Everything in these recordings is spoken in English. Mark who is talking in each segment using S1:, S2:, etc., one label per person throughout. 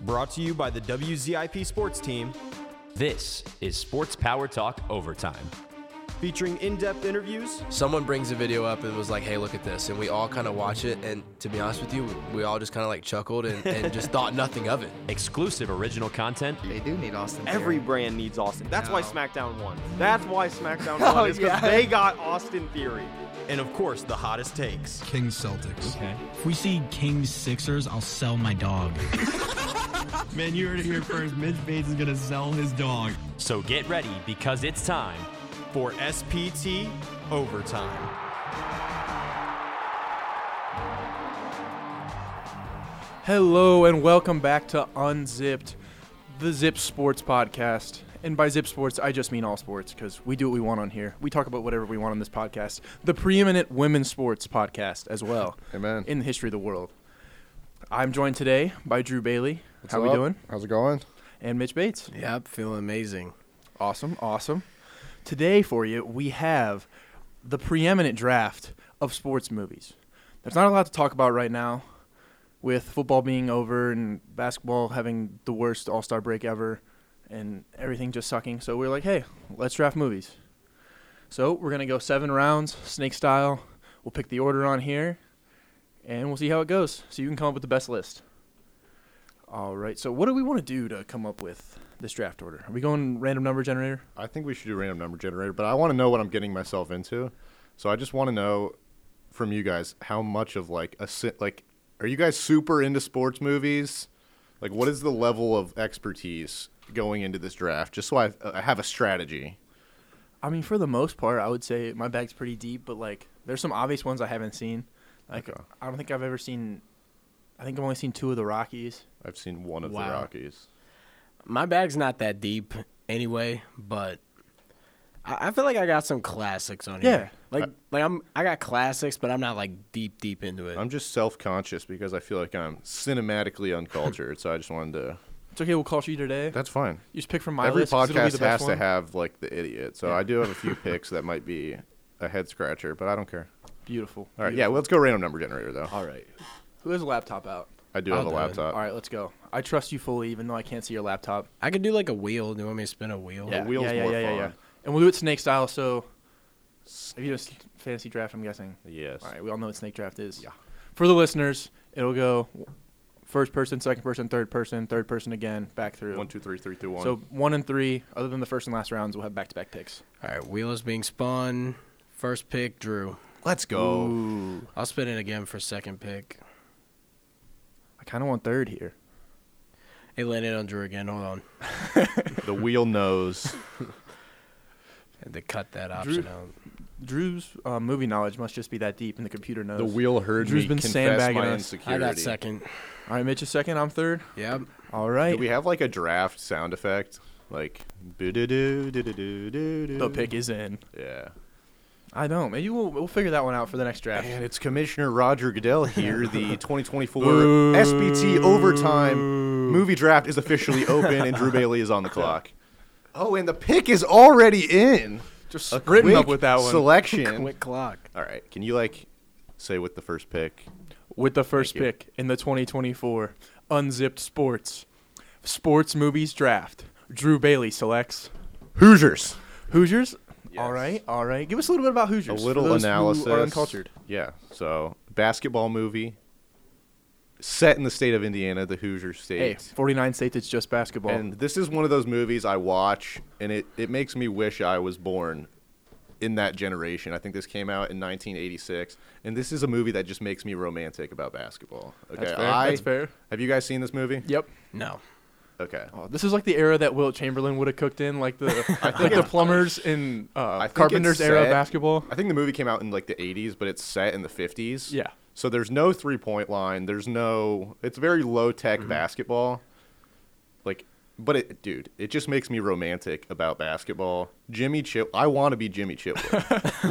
S1: Brought to you by the WZIP sports team,
S2: This is Sports Power Talk Overtime.
S1: featuring in depth interviews,
S3: someone brings a video up and was like, "Hey, look at this," and we all kind of watch it. And to be honest with you, we all just kind of like chuckled and, and just thought nothing of it.
S2: Exclusive original content.
S4: They do need Austin. Theory.
S1: Every brand needs Austin. That's why
S4: No.
S1: SmackDown won. That's why SmackDown
S4: Oh,
S1: won. Is because
S4: yeah.
S1: they got Austin Theory. And of course, the hottest takes.
S5: Kings Celtics.
S6: If we see Kings Sixers, I'll sell my dog. Man, you heard it here first. Mitch Bates is gonna sell his dog.
S2: So get ready because it's time.
S1: for SPT Overtime.
S7: Hello and welcome back to Unzipped, the Zip Sports podcast. And by Zip Sports, I just mean all sports because we do what we want on here. We talk about whatever we want on this podcast. The preeminent women's sports podcast as well.
S8: Amen.
S7: In the history of the world. I'm joined today by Drew Bailey. How
S8: What's
S7: we
S8: up?
S7: doing?
S8: How's it going?
S7: And Mitch Bates.
S3: Yeah, feeling amazing.
S7: Awesome, awesome. Today for you, we have the preeminent draft of sports movies. There's not a lot to talk about right now, with football being over and basketball having the worst All Star break ever, and everything just sucking. So we're like, hey, let's draft movies. So we're gonna go seven rounds, snake style. We'll pick the order on here, and we'll see how it goes. So you can come up with the best list. All right. So what do we want to do to come up with this draft order? Are we going random number generator?
S8: I think we should do random number generator, but I want to know what I'm getting myself into. So I just want to know from you guys how much of like a si- like are you guys super into sports movies? Like what is the level of expertise going into this draft? Just so I, I have a strategy.
S7: I mean, for the most part, I would say my bag's pretty deep, but like, there's some obvious ones I haven't seen. Like,
S8: Okay.
S7: I don't think I've ever seen. I think I've only seen two of the Rockies.
S8: I've seen one of the
S3: Wow.
S8: Rockies.
S3: My bag's not that deep anyway, but I, I feel like I got some classics on here.
S7: Yeah.
S3: Like like I'm I got classics, but I'm not like deep deep into it.
S8: I'm just self-conscious because I feel like I'm cinematically uncultured, so I just wanted to
S7: It's okay. We'll call you today.
S8: That's fine.
S7: you just pick from my
S8: Every
S7: list. 'cause it'll be
S8: podcast
S7: the
S8: has
S7: best
S8: to
S7: one.
S8: have like the idiot. So I do have a few picks that might be a head scratcher, but I don't care.
S7: Beautiful.
S8: All right, yeah, let's go random number generator though.
S3: All right.
S7: Who has a laptop out?
S8: I do have
S3: I'll
S8: a
S3: do it.
S8: laptop.
S7: All right, let's go. I trust you fully, even though I can't see your laptop.
S3: I could do like a wheel. Do you want me to spin a
S7: Oh,
S3: wheel?
S8: Yeah. wheel's more fun.
S7: And we'll do it snake style. So, if you just fantasy draft, I'm guessing.
S8: Yes.
S7: All right, we all know what snake draft is.
S8: Yeah.
S7: For the listeners, it'll go first person, second person, third person, third person again, back through.
S8: One, two, three, three, two, one.
S7: So one and three, other than the first and last rounds, we'll have back-to-back picks.
S3: All right, wheel is being spun. First pick, Drew.
S8: let's go.
S3: I'll spin it again for second pick.
S7: I kind of want third here.
S3: It landed on Drew again. Hold on.
S8: The wheel knows.
S3: Had to cut that option
S7: Drew-
S3: out.
S7: Drew's uh, movie knowledge must just be that deep, and the computer knows.
S8: the wheel heard
S7: Drew's
S8: me
S7: been
S8: confess
S7: sandbagging
S8: my
S7: us.
S3: I
S8: insecurity.
S3: got second.
S7: All right, Mitch is second. I'm third.
S3: Yep.
S7: All right.
S8: Do we have like a draft sound effect? Like boo doo doo doo doo doo doo.
S7: the pick is in.
S8: Yeah.
S7: I don't. Maybe we'll we'll figure that one out for the next draft.
S8: And it's Commissioner Roger Goodell here. The 2024 SBT overtime movie draft is officially open, and Drew Bailey is on the clock. Oh, and the pick is already in.
S7: Just
S8: A
S7: sprinting up
S8: quick
S7: with that one.
S8: selection.
S3: Quick clock.
S8: All right, can you like say with the first pick?
S7: with the first
S8: Thank you.
S7: pick in the 2024 Unzipped Sports Sports Movies Draft. Drew Bailey selects
S8: Hoosiers.
S7: Hoosiers.
S8: Yes.
S7: All right, all right. Give us a little bit about Hoosiers.
S8: A
S7: for
S8: little
S7: those who
S8: analysis.
S7: are uncultured.
S8: Yeah. So basketball movie set in the state of Indiana, the Hoosier
S7: Hey,
S8: state.
S7: 49 states. It's just basketball.
S8: And this is one of those movies I watch, and it, it makes me wish I was born in that generation. I think this came out in 1986, and this is a movie that just makes me romantic about basketball. Okay,
S7: That's fair,
S8: I-
S7: that's fair.
S8: Have you guys seen this movie?
S7: Yep.
S3: No.
S8: Okay.
S7: Oh, this is like the era that Wilt Chamberlain would have cooked in, like the like the plumbers in uh,
S8: think it's
S7: carpenters era of
S8: set-
S7: basketball.
S8: I think the movie came out in like the 80s, but it's set in the 50s.
S7: Yeah.
S8: So there's no three point line. There's no. It's very low tech
S7: Mm-hmm.
S8: basketball. Like, but it, dude, it just makes me romantic about basketball. Jimmy Chit. I want to be Jimmy Chitwood.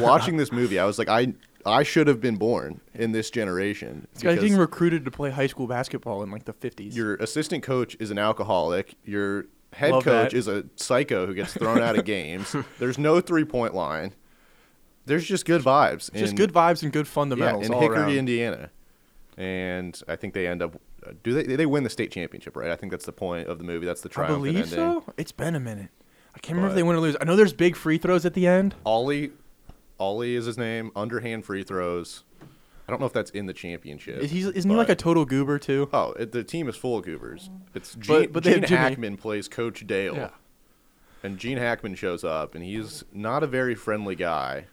S8: Watching this movie, I was like, I I should have been born in this generation.
S7: This guy's
S8: because
S7: getting recruited to play high school basketball in like the 50s.
S8: your assistant coach is an alcoholic. Your head
S7: Love
S8: coach
S7: that.
S8: is a psycho who gets thrown out of games. There's no three point line. There's just good vibes.
S7: just
S8: and-
S7: good vibes and good
S8: yeah,
S7: fundamentals
S8: in
S7: all
S8: Hickory,
S7: around.
S8: Indiana. And I think they end up uh, do they they win the state championship, right? I think that's the point of the movie. That's the
S7: I
S8: triumphant
S7: believe
S8: ending.
S7: so. It's been a minute. I can't remember if
S8: But-
S7: they win or lose. I know there's big free throws at the end.
S8: Ollie, Ollie is his name. Underhand free throws. I don't know if that's in the championship.
S7: Is he, isn't he like a
S8: but-
S7: total goober too?
S8: Oh, it, the team is full of goobers. It's Gene,
S7: but they have
S8: Gene
S7: Jimmy.
S8: Hackman plays Coach Dale,
S7: Yeah.
S8: and Gene Hackman shows up, and he's not a very friendly guy.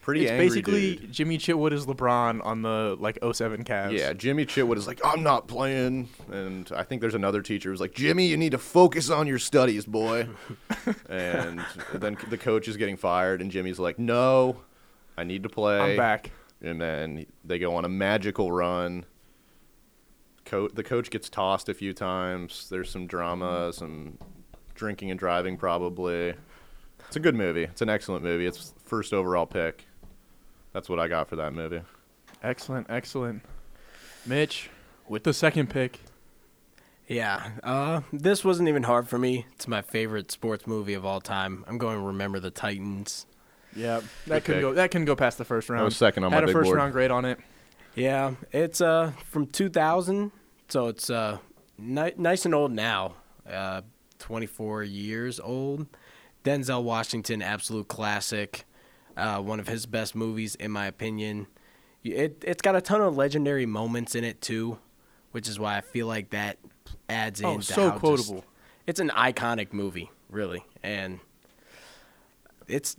S8: Pretty
S7: It's
S8: angry
S7: basically
S8: dude.
S7: Jimmy Chitwood is LeBron on the like 07 Cavs.
S8: Yeah, Jimmy Chitwood is like, I'm not playing, and I think there's another teacher who's like, Jimmy, you need to focus on your studies, boy. and then the coach is getting fired, and Jimmy's like, No, I need to play.
S7: I'm back.
S8: and then they go on a magical run. Co- the coach gets tossed a few times. There's some drama, some drinking and driving, probably. It's a good movie. It's an excellent movie. It's first overall pick. That's what I got for that movie.
S7: Excellent, excellent. Mitch with the second pick.
S4: Yeah. Uh, this wasn't even hard for me. It's my favorite sports movie of all time. I'm going to remember the Titans.
S7: Yeah, that
S8: pick.
S7: could go. That can go past the first round.
S8: was second on
S7: Had
S8: my
S7: a
S8: big
S7: first
S8: board.
S7: round grade on it.
S4: Yeah, it's uh from 2000, so it's uh ni- nice and old now. Uh 24 years old. Denzel Washington absolute classic. Uh one of his best movies in my opinion. Y- It it's got a ton of legendary moments in it too, which is why I feel like that adds
S7: Oh,
S4: in to
S7: so
S4: how just-
S7: quotable.
S4: it's an iconic movie, really. And it's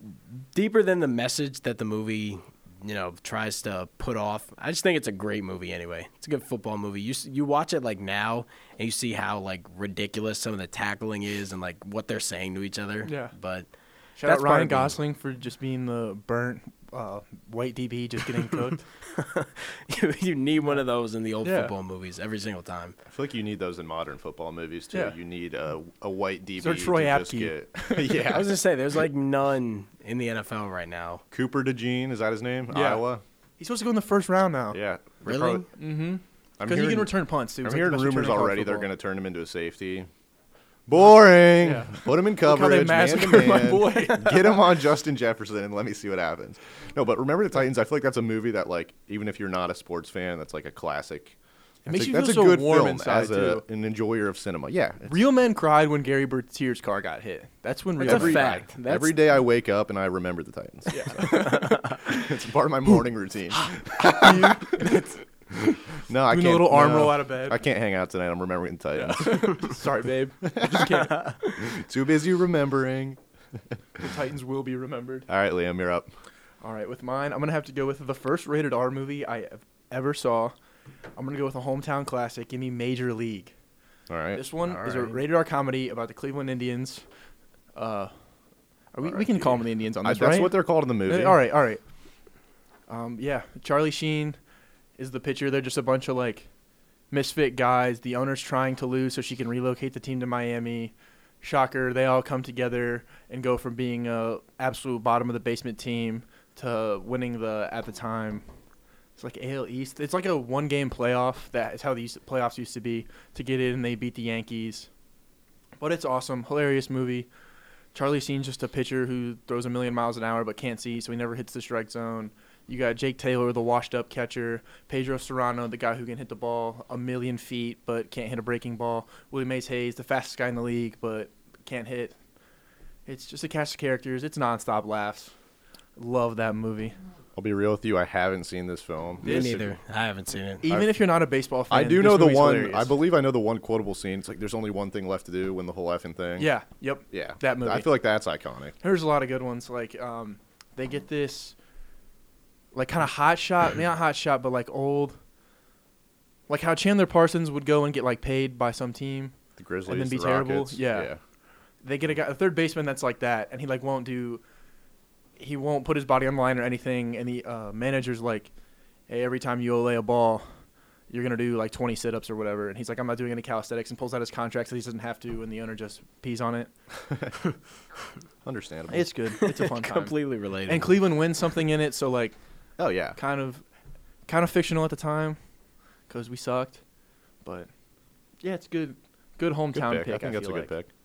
S4: deeper than the message that the movie you know tries to put off i just think it's a great movie anyway it's a good football movie you s- you watch it like now and you see how like ridiculous some of the tackling is and like what they're saying to each other
S7: Yeah.
S4: but
S7: Shout out
S4: that's part
S7: Ryan
S4: of being-
S7: Gosling for just being the burnt uh, white DB, just getting cooked.
S4: you, need one of those in the old
S7: Yeah.
S4: football movies every single time
S8: I feel like you need those in modern football movies too.
S7: Yeah.
S8: You need a, a white DB.
S7: there Troy
S8: to just
S7: Apke?
S8: get-
S4: i
S8: yeah.
S4: was gonna say there's like none in the nfl right now
S8: Cooper DeGene, is that his name?
S7: Yeah.
S8: Iowa.
S7: He's supposed to go in the first round now.
S8: Yeah.
S4: Really?
S8: mm-hmm.
S7: because he can return punts. Dude. He's like
S8: I'm
S7: the
S8: hearing
S7: best
S8: rumors
S7: returner in college
S8: already they're
S7: football.
S8: going to turn him into a safety. Boring. Put him in
S7: Look how they
S8: coverage, man to
S7: massacred my
S8: man.
S7: boy.
S8: Get him on Justin Jefferson and let me see what happens. No, but remember the Titans. I feel like that's a movie that, like, even if you're not a sports fan, that's like a classic. That's
S7: makes
S8: a-
S7: you
S8: that's
S7: feel
S8: a
S7: so
S8: good
S7: warm
S8: film
S7: inside,
S8: as a,
S7: too.
S8: an enjoyer of cinema. Yeah, it's-
S7: Real men cried when Gary Bertier's car got hit. That's when real
S4: a
S7: men cried.
S4: fact. That's-
S8: every day I wake up and I remember the Titans. Yeah, it's part of my morning routine. no, I
S7: Doing a
S8: can't.
S7: little arm
S8: no.
S7: roll out of bed.
S8: I can't hang out tonight. I'm remembering the Titans.
S7: Sorry, babe. I just can't. The
S8: Too busy remembering.
S7: Titans will be remembered.
S8: All right, Liam, you're up.
S7: All right, with mine, I'm gonna have to go with the first rated R movie I ev- ever saw. I'm gonna go with a hometown classic. Give me Major League.
S8: All right.
S7: This one is a rated R comedy about the Cleveland Indians. Uh, are we, we can call them the Indians on
S8: I-
S7: this,
S8: that's
S7: right?
S8: what they're called in the movie.
S7: All right, all right. Um, yeah, Charlie Sheen is the pitcher. They're just a bunch of like misfit guys. The owner's trying to lose so she can relocate the team to Miami. Shocker, they all come together and go from being a absolute bottom of the basement team to winning the at the time. It's like AL East. It's like a one game playoff. That is how these playoffs used to be to get in. They beat the Yankees, but it's awesome, hilarious movie. Charlie Sheen's just a pitcher who throws a million miles an hour but can't see, so he never hits the strike zone. You got Jake Taylor, the washed-up catcher. Pedro Serrano, the guy who can hit the ball a million feet but can't hit a breaking ball. Willie Mays Hayes, the fastest guy in the league but can't hit. It's just a cast of characters. It's nonstop laughs. Love that movie.
S8: I'll be real with you. I haven't seen this film.
S4: me neither i haven't seen it
S7: Even if you're not a baseball fan,
S8: I do
S7: this
S8: know the
S7: movie's
S8: one.
S7: hilarious.
S8: I believe I know the one quotable scene. It's like there's only one thing left to do. Win the whole effing thing.
S7: Yeah. Yep.
S8: Yeah.
S7: That movie.
S8: I feel like that's iconic.
S7: There's a lot of good ones. Like um, they get this, like kind of hot shot, maybe not hot shot, but like old, like how Chandler Parsons would go and get like paid by some team.
S8: The Grizzlies.
S7: And then be
S8: the
S7: terrible?
S8: Rockets.
S7: Yeah. They get a guy, a third baseman that's like that, and he like won't do, he won't put his body on the line or anything. And the uh, manager's like, hey, every time you lay a ball. You're gonna do like 20 sit-ups or whatever, and he's like, "I'm not doing any calisthenics," and pulls out his contract so he doesn't have to, and the owner just pees on it.
S8: Understandable.
S7: It's good. It's a fun time.
S4: completely related
S7: And Cleveland wins something in it, so like
S8: oh yeah.
S7: kind of kind of fictional at the time because we sucked. But yeah, it's good good
S8: Good
S7: hometown
S8: pick.
S7: pick.
S8: I think that's a
S7: feel
S8: good
S7: like.
S8: pick.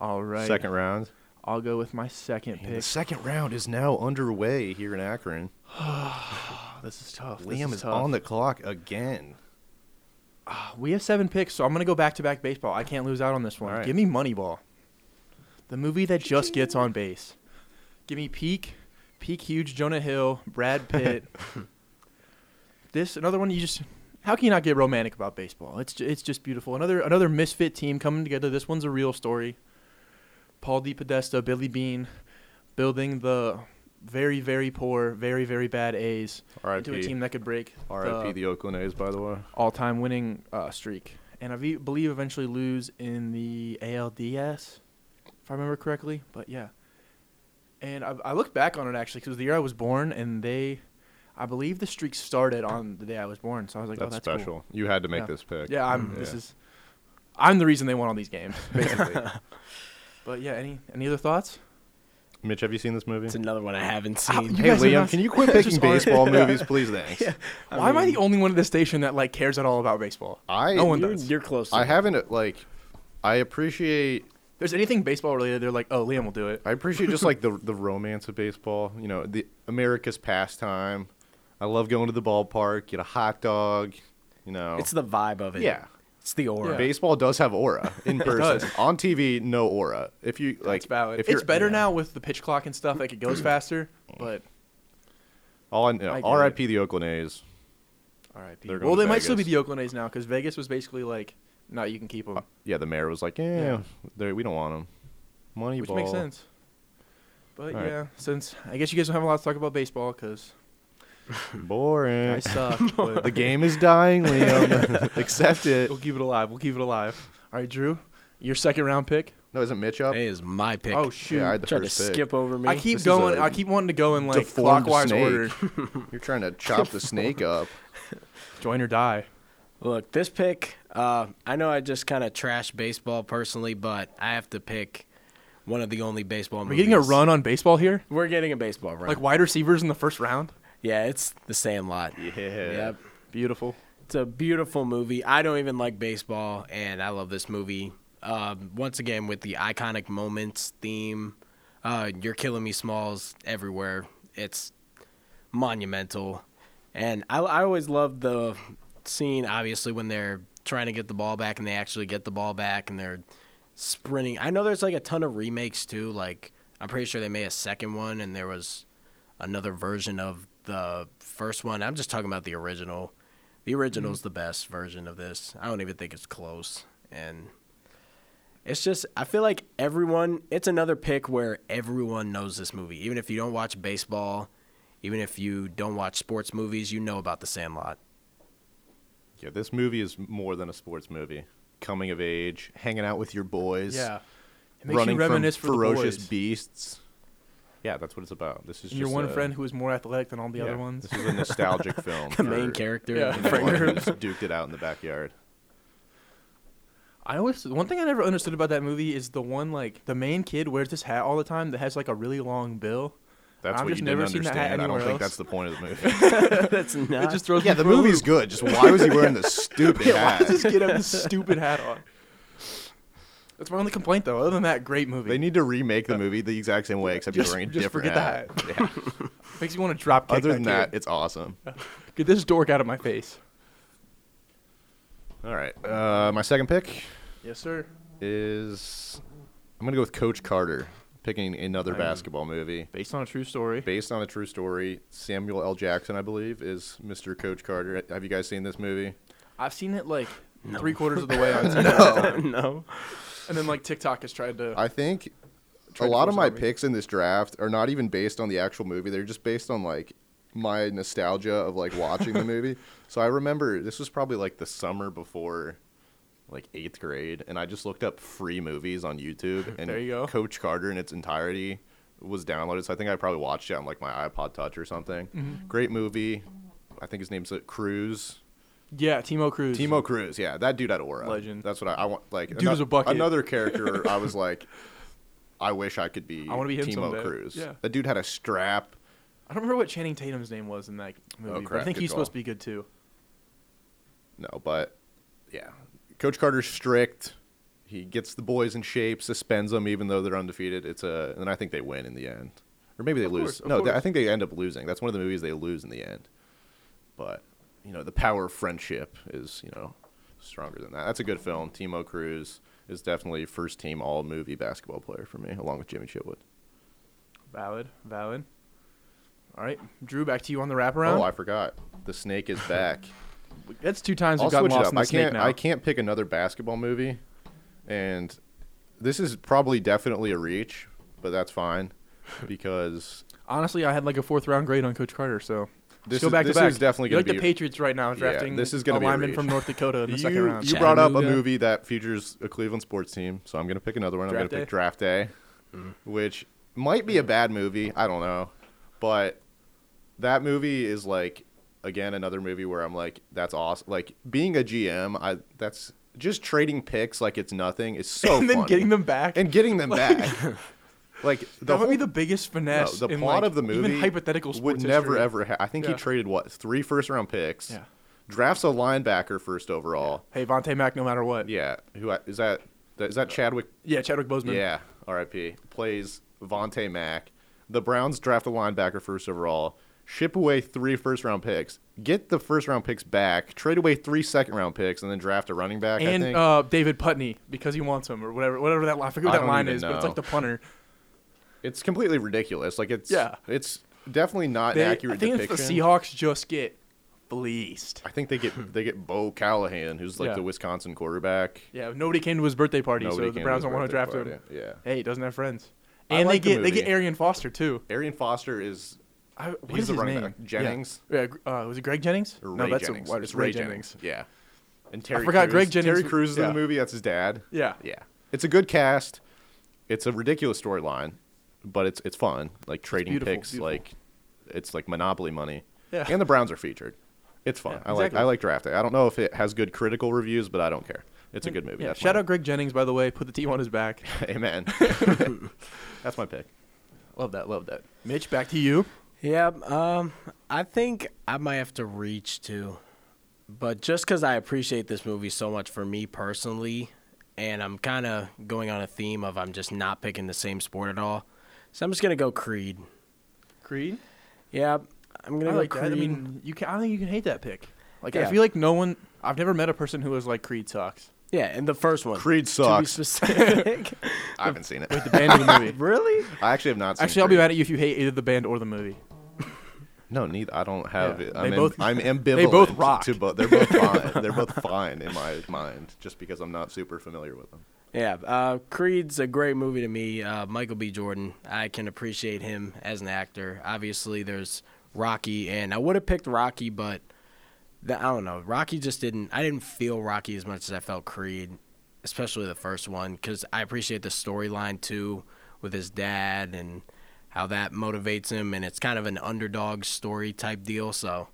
S7: All right.
S8: Second round.
S7: I'll go with my second
S8: And the
S7: pick.
S8: second round is now underway here in Akron.
S7: Oh, this is tough. This
S8: Liam is
S7: tough.
S8: on the clock again.
S7: We have seven picks, so I'm gonna go back to back baseball. I can't lose out on this one.
S8: All right.
S7: Give me Moneyball, the movie that just gets on base. Give me peak, peak huge Jonah Hill, Brad Pitt. this another one you just. How can you not get romantic about baseball? It's ju- it's just beautiful. Another another misfit team coming together. This one's a real story. Paul D. Podesta, Billy Bean, building the very very poor, very very bad A's into a
S8: RIP.
S7: team that uh, could break
S8: R.I.P. the Oakland A's, by the way.
S7: all-time winning uh, streak, and I ve- believe eventually lose in the ALDS, if I remember correctly. But yeah, and I, I looked back on it actually because the year I was born, and they, I believe the streak started on the day I was born. So I was like,
S8: That's,
S7: oh, that's cool.
S8: special. You had to make
S7: Yeah.
S8: this pick.
S7: Yeah, I'm. This
S8: Yeah.
S7: is, I'm the reason they won all these games, basically. but yeah, any any other thoughts?
S8: Mitch, have you seen this movie?
S4: It's another one I haven't seen.
S7: guys are not-
S8: quit picking baseball movies, please? Thanks.
S7: Why am I the only one at this station that like cares at all about baseball?
S8: I
S7: no one
S4: You're,
S7: does.
S4: you're close. To
S8: I
S4: it.
S8: haven't like. I appreciate
S7: There's anything baseball related, they're like, oh, Liam will do it.
S8: I appreciate just like the the romance of baseball. You know, the America's pastime. I love going to the ballpark, get a hot dog. You know,
S4: It's the vibe of it.
S8: yeah.
S4: It's the aura.
S8: Baseball does have aura in person. On TV, no aura. If you like,
S7: That's valid.
S8: If
S7: it's
S8: you're-
S7: better
S8: yeah.
S7: now with the pitch clock and stuff. Like it goes faster, but
S8: All I know,
S7: I get
S8: R.I.P. the Oakland A's.
S7: R.I.P.
S8: They're going
S7: Well,
S8: to
S7: they might still be
S8: Vegas. Uh,
S7: the Oakland A's now because Vegas was basically like, no, you can keep them,
S8: Yeah, the mayor was like, yeah, they we don't want them. Money
S7: which
S8: ball.
S7: makes sense. But
S8: All right.
S7: yeah, since I guess you guys don't have a lot to talk about baseball because I
S8: Boring.
S7: suck.
S8: the
S7: but
S8: game is dying, Liam. Accept it.
S7: we'll keep it alive. We'll keep it alive. All right, Drew, your second round pick.
S8: No, isn't Mitch up?
S4: That is my pick.
S7: Oh shoot!
S8: Yeah, I
S7: I,
S8: had the
S4: Tried to
S8: first pick.
S4: skip over me.
S7: keep
S8: This is
S7: going.
S8: a
S7: I keep wanting to go in like
S8: Deformed
S7: clockwise
S8: snake.
S7: order.
S8: You're trying to chop the snake up.
S7: Join or die.
S4: Look, this pick, uh, I know I just kind of trash baseball personally, but I have to pick one of the only baseball
S7: We're getting a run on baseball here.
S4: We're getting a baseball run.
S7: Like wide receivers in the first round.
S4: yeah, it's the same lot.
S8: Yeah.
S4: Yep.
S7: Beautiful.
S4: It's a beautiful movie. I don't even like baseball, and I love this movie. Um, once again, with the iconic moments theme, uh, you're killing me, Smalls, everywhere. It's monumental. And I, I always love the scene, obviously, when they're trying to get the ball back and they actually get the ball back and they're sprinting. I know there's like a ton of remakes too. Like, I'm pretty sure they made a second one and there was another version of the first one. I'm just talking about the original. The original's the best version of this. I don't even think it's close. And it's just, I feel like everyone, it's another pick where everyone knows this movie. Even if you don't watch baseball, even if you don't watch sports movies, you know about The Sandlot.
S8: Yeah, this movie is more than a sports movie. Coming of age, hanging out with your boys,
S7: Yeah. It makes
S8: running
S7: you reminisce
S8: from
S7: for the
S8: ferocious
S7: boys.
S8: beasts. Yeah, that's what it's about. This is
S7: And your
S8: just
S7: one
S8: a-
S7: friend who was more athletic than all the
S8: yeah,
S7: other ones.
S8: This is a nostalgic film.
S4: The main
S8: for
S4: character.
S7: Yeah.
S8: anyone who's duked it out in the backyard.
S7: I always one thing I never understood about that movie is the one like the main kid wears this hat all the time that has like a really long bill.
S8: That's
S7: I've
S8: what
S7: just
S8: you didn't
S7: never seen that hat
S8: understand. I don't
S7: anywhere
S8: think
S7: else.
S8: that's the point of the movie.
S4: That's not.
S7: It just throws.
S8: yeah,
S7: me
S8: the
S7: for a
S8: movie's
S7: loop.
S8: good. Just why was he wearing this stupid
S7: Why does
S8: hat?
S7: this kid have this stupid hat on? That's my only complaint though. Other than that, great movie.
S8: They need to remake the movie the exact same way, except
S7: Just-
S8: you're wearing a
S7: just
S8: different
S7: forget
S8: hat. Yeah.
S7: makes you want to drop kick
S8: Other than that,
S7: kid.
S8: it's awesome.
S7: get this dork out of my face.
S8: All right, uh, my second pick
S7: Yes, sir.
S8: is I'm gonna go with Coach Carter, picking another basketball movie.
S7: Based on a true story.
S8: based on a true story. Samuel L. Jackson, I believe, is Mr. Coach Carter. Have you guys seen this movie?
S7: I've seen it like three quarters of the way on, TV,
S4: no.
S7: and then like TikTok has tried to.
S8: I think a
S7: Tried to
S8: lot of
S7: force it
S8: my
S7: on me.
S8: picks in this draft are not even based on the actual movie. They're just based on like my nostalgia of like watching the movie. So I remember this was probably like the summer before like 8th grade and I just looked up free movies on YouTube and
S7: There you go.
S8: Coach Carter in its entirety was downloaded. So I think I probably watched it on like my iPod Touch or something.
S7: Mm-hmm.
S8: Great movie. I think his name's uh, Cruz.
S7: yeah, Timo Cruz.
S8: Timo Cruz, yeah, that dude had aura.
S7: Legend.
S8: That's what I, I want. Like,
S7: Dude was a bucket.
S8: Another character, I was like, I wish I could be.
S7: I wanna be him
S8: Timo
S7: someday.
S8: Cruz.
S7: Yeah.
S8: That dude had a strap.
S7: I don't remember what Channing Tatum's name was in that movie. but
S8: Oh, crap,
S7: I think
S8: good
S7: he's
S8: call.
S7: supposed to be good too.
S8: No, but yeah, Coach Carter's strict. He gets the boys in shape, suspends them even though they're undefeated. It's a, and I think they win in the end, or maybe they
S7: course,
S8: lose.
S7: of
S8: no, th- I
S7: course.
S8: think they end up losing. That's one of the movies they lose in the end. But you know, the power of friendship is you know stronger than that. That's a good film. Timo Cruz is definitely first team all movie basketball player for me, along with Jimmy Chitwood.
S7: Valid, valid. All right, Drew, back to you on the wraparound.
S8: Oh, I forgot. The snake is back.
S7: That's two times
S8: I'll
S7: we've gotten
S8: switch it
S7: lost
S8: up.
S7: in the
S8: I
S7: snake
S8: can't.
S7: now.
S8: I can't pick another basketball movie, and this is probably definitely a reach, but that's fine because
S7: Honestly, I had like a fourth round grade on Coach Carter, so
S8: This
S7: let's go
S8: is-
S7: back
S8: this
S7: to back.
S8: is definitely
S7: You're
S8: gonna
S7: like
S8: be-
S7: the Patriots right now
S8: Yeah,
S7: drafting.
S8: this is
S7: a
S8: gonna be a
S7: lineman
S8: reach.
S7: from North Dakota in the
S8: you,
S7: second round.
S8: you brought up a
S7: Chattanooga.
S8: movie that features a Cleveland sports team, so I'm gonna pick another one. I'm
S7: Draft
S8: gonna pick
S7: Day? Mm-hmm.
S8: Draft Day, which might be a bad movie. I don't know, but that movie is like again another movie where I'm like, that's awesome. Like being a GM, I that's just trading picks like it's nothing is so
S7: and then
S8: fun.
S7: getting them back.
S8: and getting them back. like the
S7: that would be
S8: whole-
S7: the biggest
S8: no,
S7: finesse.
S8: the
S7: in,
S8: plot
S7: like,
S8: of the movie
S7: even hypothetical sports
S8: would never
S7: history.
S8: ever. Ha- I think
S7: Yeah.
S8: he traded what three first round picks.
S7: Yeah.
S8: Drafts a linebacker first overall.
S7: Hey, Vontae Mack, no matter what.
S8: Yeah. Who I- is that? that is that Chadwick?
S7: Yeah, Chadwick Boseman.
S8: Yeah. R.I.P. Plays Vontae Mack. The Browns draft a linebacker first overall. Ship away three first round picks. Get the first round picks back. Trade away three second round picks, and then draft a running back. I
S7: and
S8: think.
S7: uh, David Putney because he wants him or whatever. Whatever that line, I forget what
S8: I
S7: that
S8: don't
S7: line
S8: even
S7: is, but it's
S8: know.
S7: like the punter.
S8: it's completely ridiculous. Like it's.
S7: Yeah.
S8: It's definitely not
S7: They,
S8: an
S7: I
S8: accurate
S7: think it's
S8: depiction.
S7: the Seahawks just get fleeced.
S8: I think they get they get Bo Callahan, who's like
S7: Yeah.
S8: the Wisconsin quarterback.
S7: Yeah, nobody came to his birthday party,
S8: Nobody
S7: so the
S8: came
S7: Browns
S8: to his
S7: don't want to
S8: birthday
S7: draft him.
S8: party. Yeah.
S7: Hey, he doesn't have friends.
S8: I
S7: And
S8: like
S7: they
S8: the
S7: get they get
S8: movie.
S7: Arian Foster too.
S8: Arian Foster is
S7: I, what
S8: He's
S7: is
S8: the
S7: his
S8: running
S7: name?
S8: back. Jennings?
S7: Yeah, yeah gr- uh, was it Greg Jennings?
S8: or
S7: no,
S8: Ray
S7: that's
S8: Jennings.
S7: A, what,
S8: it's
S7: Ray Jennings.
S8: Yeah. And Terry
S7: forgot
S8: Crews.
S7: Greg Jennings
S8: Terry
S7: was-
S8: Crews is
S7: yeah.
S8: in the movie. That's his dad.
S7: Yeah.
S8: Yeah. It's a good cast. It's a ridiculous storyline, but it's it's fun. Like trading
S7: beautiful,
S8: picks,
S7: beautiful.
S8: like it's like monopoly money.
S7: Yeah.
S8: And the Browns are featured. It's fun.
S7: Yeah,
S8: I like
S7: exactly.
S8: I like draft day. I don't know if it has good critical reviews, but I don't care. It's a good movie.
S7: Yeah,
S8: That's
S7: shout
S8: my-
S7: out Greg Jennings by the way. Put the team on his back.
S8: Amen. That's my pick.
S7: love that. Love that. Mitch, back to you.
S4: Yeah, um, I think I might have to reach too, but just because I appreciate this movie so much for me personally, and I'm kind of going on a theme of I'm just not picking the same sport at all, so I'm just gonna go Creed.
S7: Creed.
S4: Yeah, I'm
S7: I
S4: gonna go
S7: like
S4: Creed.
S7: that. I mean, you can. I don't think you can hate that pick. Like I
S4: Yeah.
S7: feel like no one. I've never met a person who was like Creed sucks.
S4: yeah, and the first one.
S8: Creed
S4: To be
S8: sucks.
S4: specific.
S8: I haven't seen it.
S7: The band or the movie.
S4: really?
S8: I actually have not seen
S7: Actually, I'll be
S8: Creed.
S7: mad at you if you hate either the band or the movie.
S8: No, neither. I don't have
S7: Yeah,
S8: it.
S7: they
S8: I'm,
S7: both-
S8: am, I'm ambivalent.
S7: they both rock.
S8: To both. They're both fine. They're both fine in my mind, just because I'm not super familiar with them.
S4: Yeah, uh, Creed's a great movie to me. Uh, Michael B. Jordan, I can appreciate him as an actor. Obviously, there's Rocky, and I would have picked Rocky, but the, I don't know. Rocky just didn't. I didn't feel Rocky as much as I felt Creed, especially the first one, because I appreciate the storyline too with his dad and how that motivates him, and it's kind of an underdog story type deal. So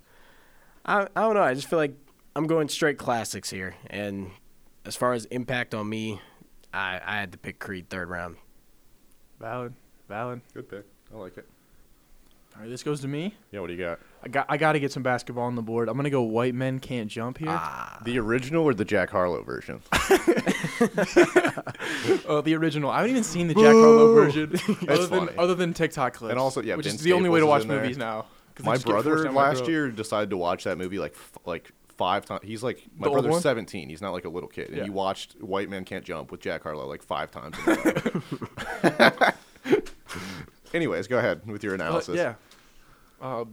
S4: I, I don't know. I just feel like I'm going straight classics here, and as far as impact on me, I, I had to pick Creed third round.
S7: Valid. Valid.
S8: Good pick. I like it.
S7: All right, this goes to me.
S8: Yeah. What do you got?
S7: I got. I got to get some basketball on the board. I'm gonna go. White men can't jump here.
S8: The original or the Jack Harlow version?
S7: Oh, the original. I haven't even seen the Jack Harlow version. other than
S8: funny.
S7: other than TikTok clips.
S8: And also, yeah,
S7: which is
S8: Vince
S7: the only way to
S8: Staples
S7: watch
S8: is in
S7: movies
S8: there.
S7: now. 'cause they
S8: My
S7: just get forced
S8: brother
S7: down my
S8: last
S7: throat.
S8: year decided to watch that movie like f- like five times. He's like my
S7: The old
S8: brother's
S7: one?
S8: 17. He's not like a little kid, and
S7: Yeah.
S8: he watched White Man Can't Jump with Jack Harlow like five times. in a row. Anyways, go ahead with your
S7: But,
S8: analysis.
S7: yeah. Uh,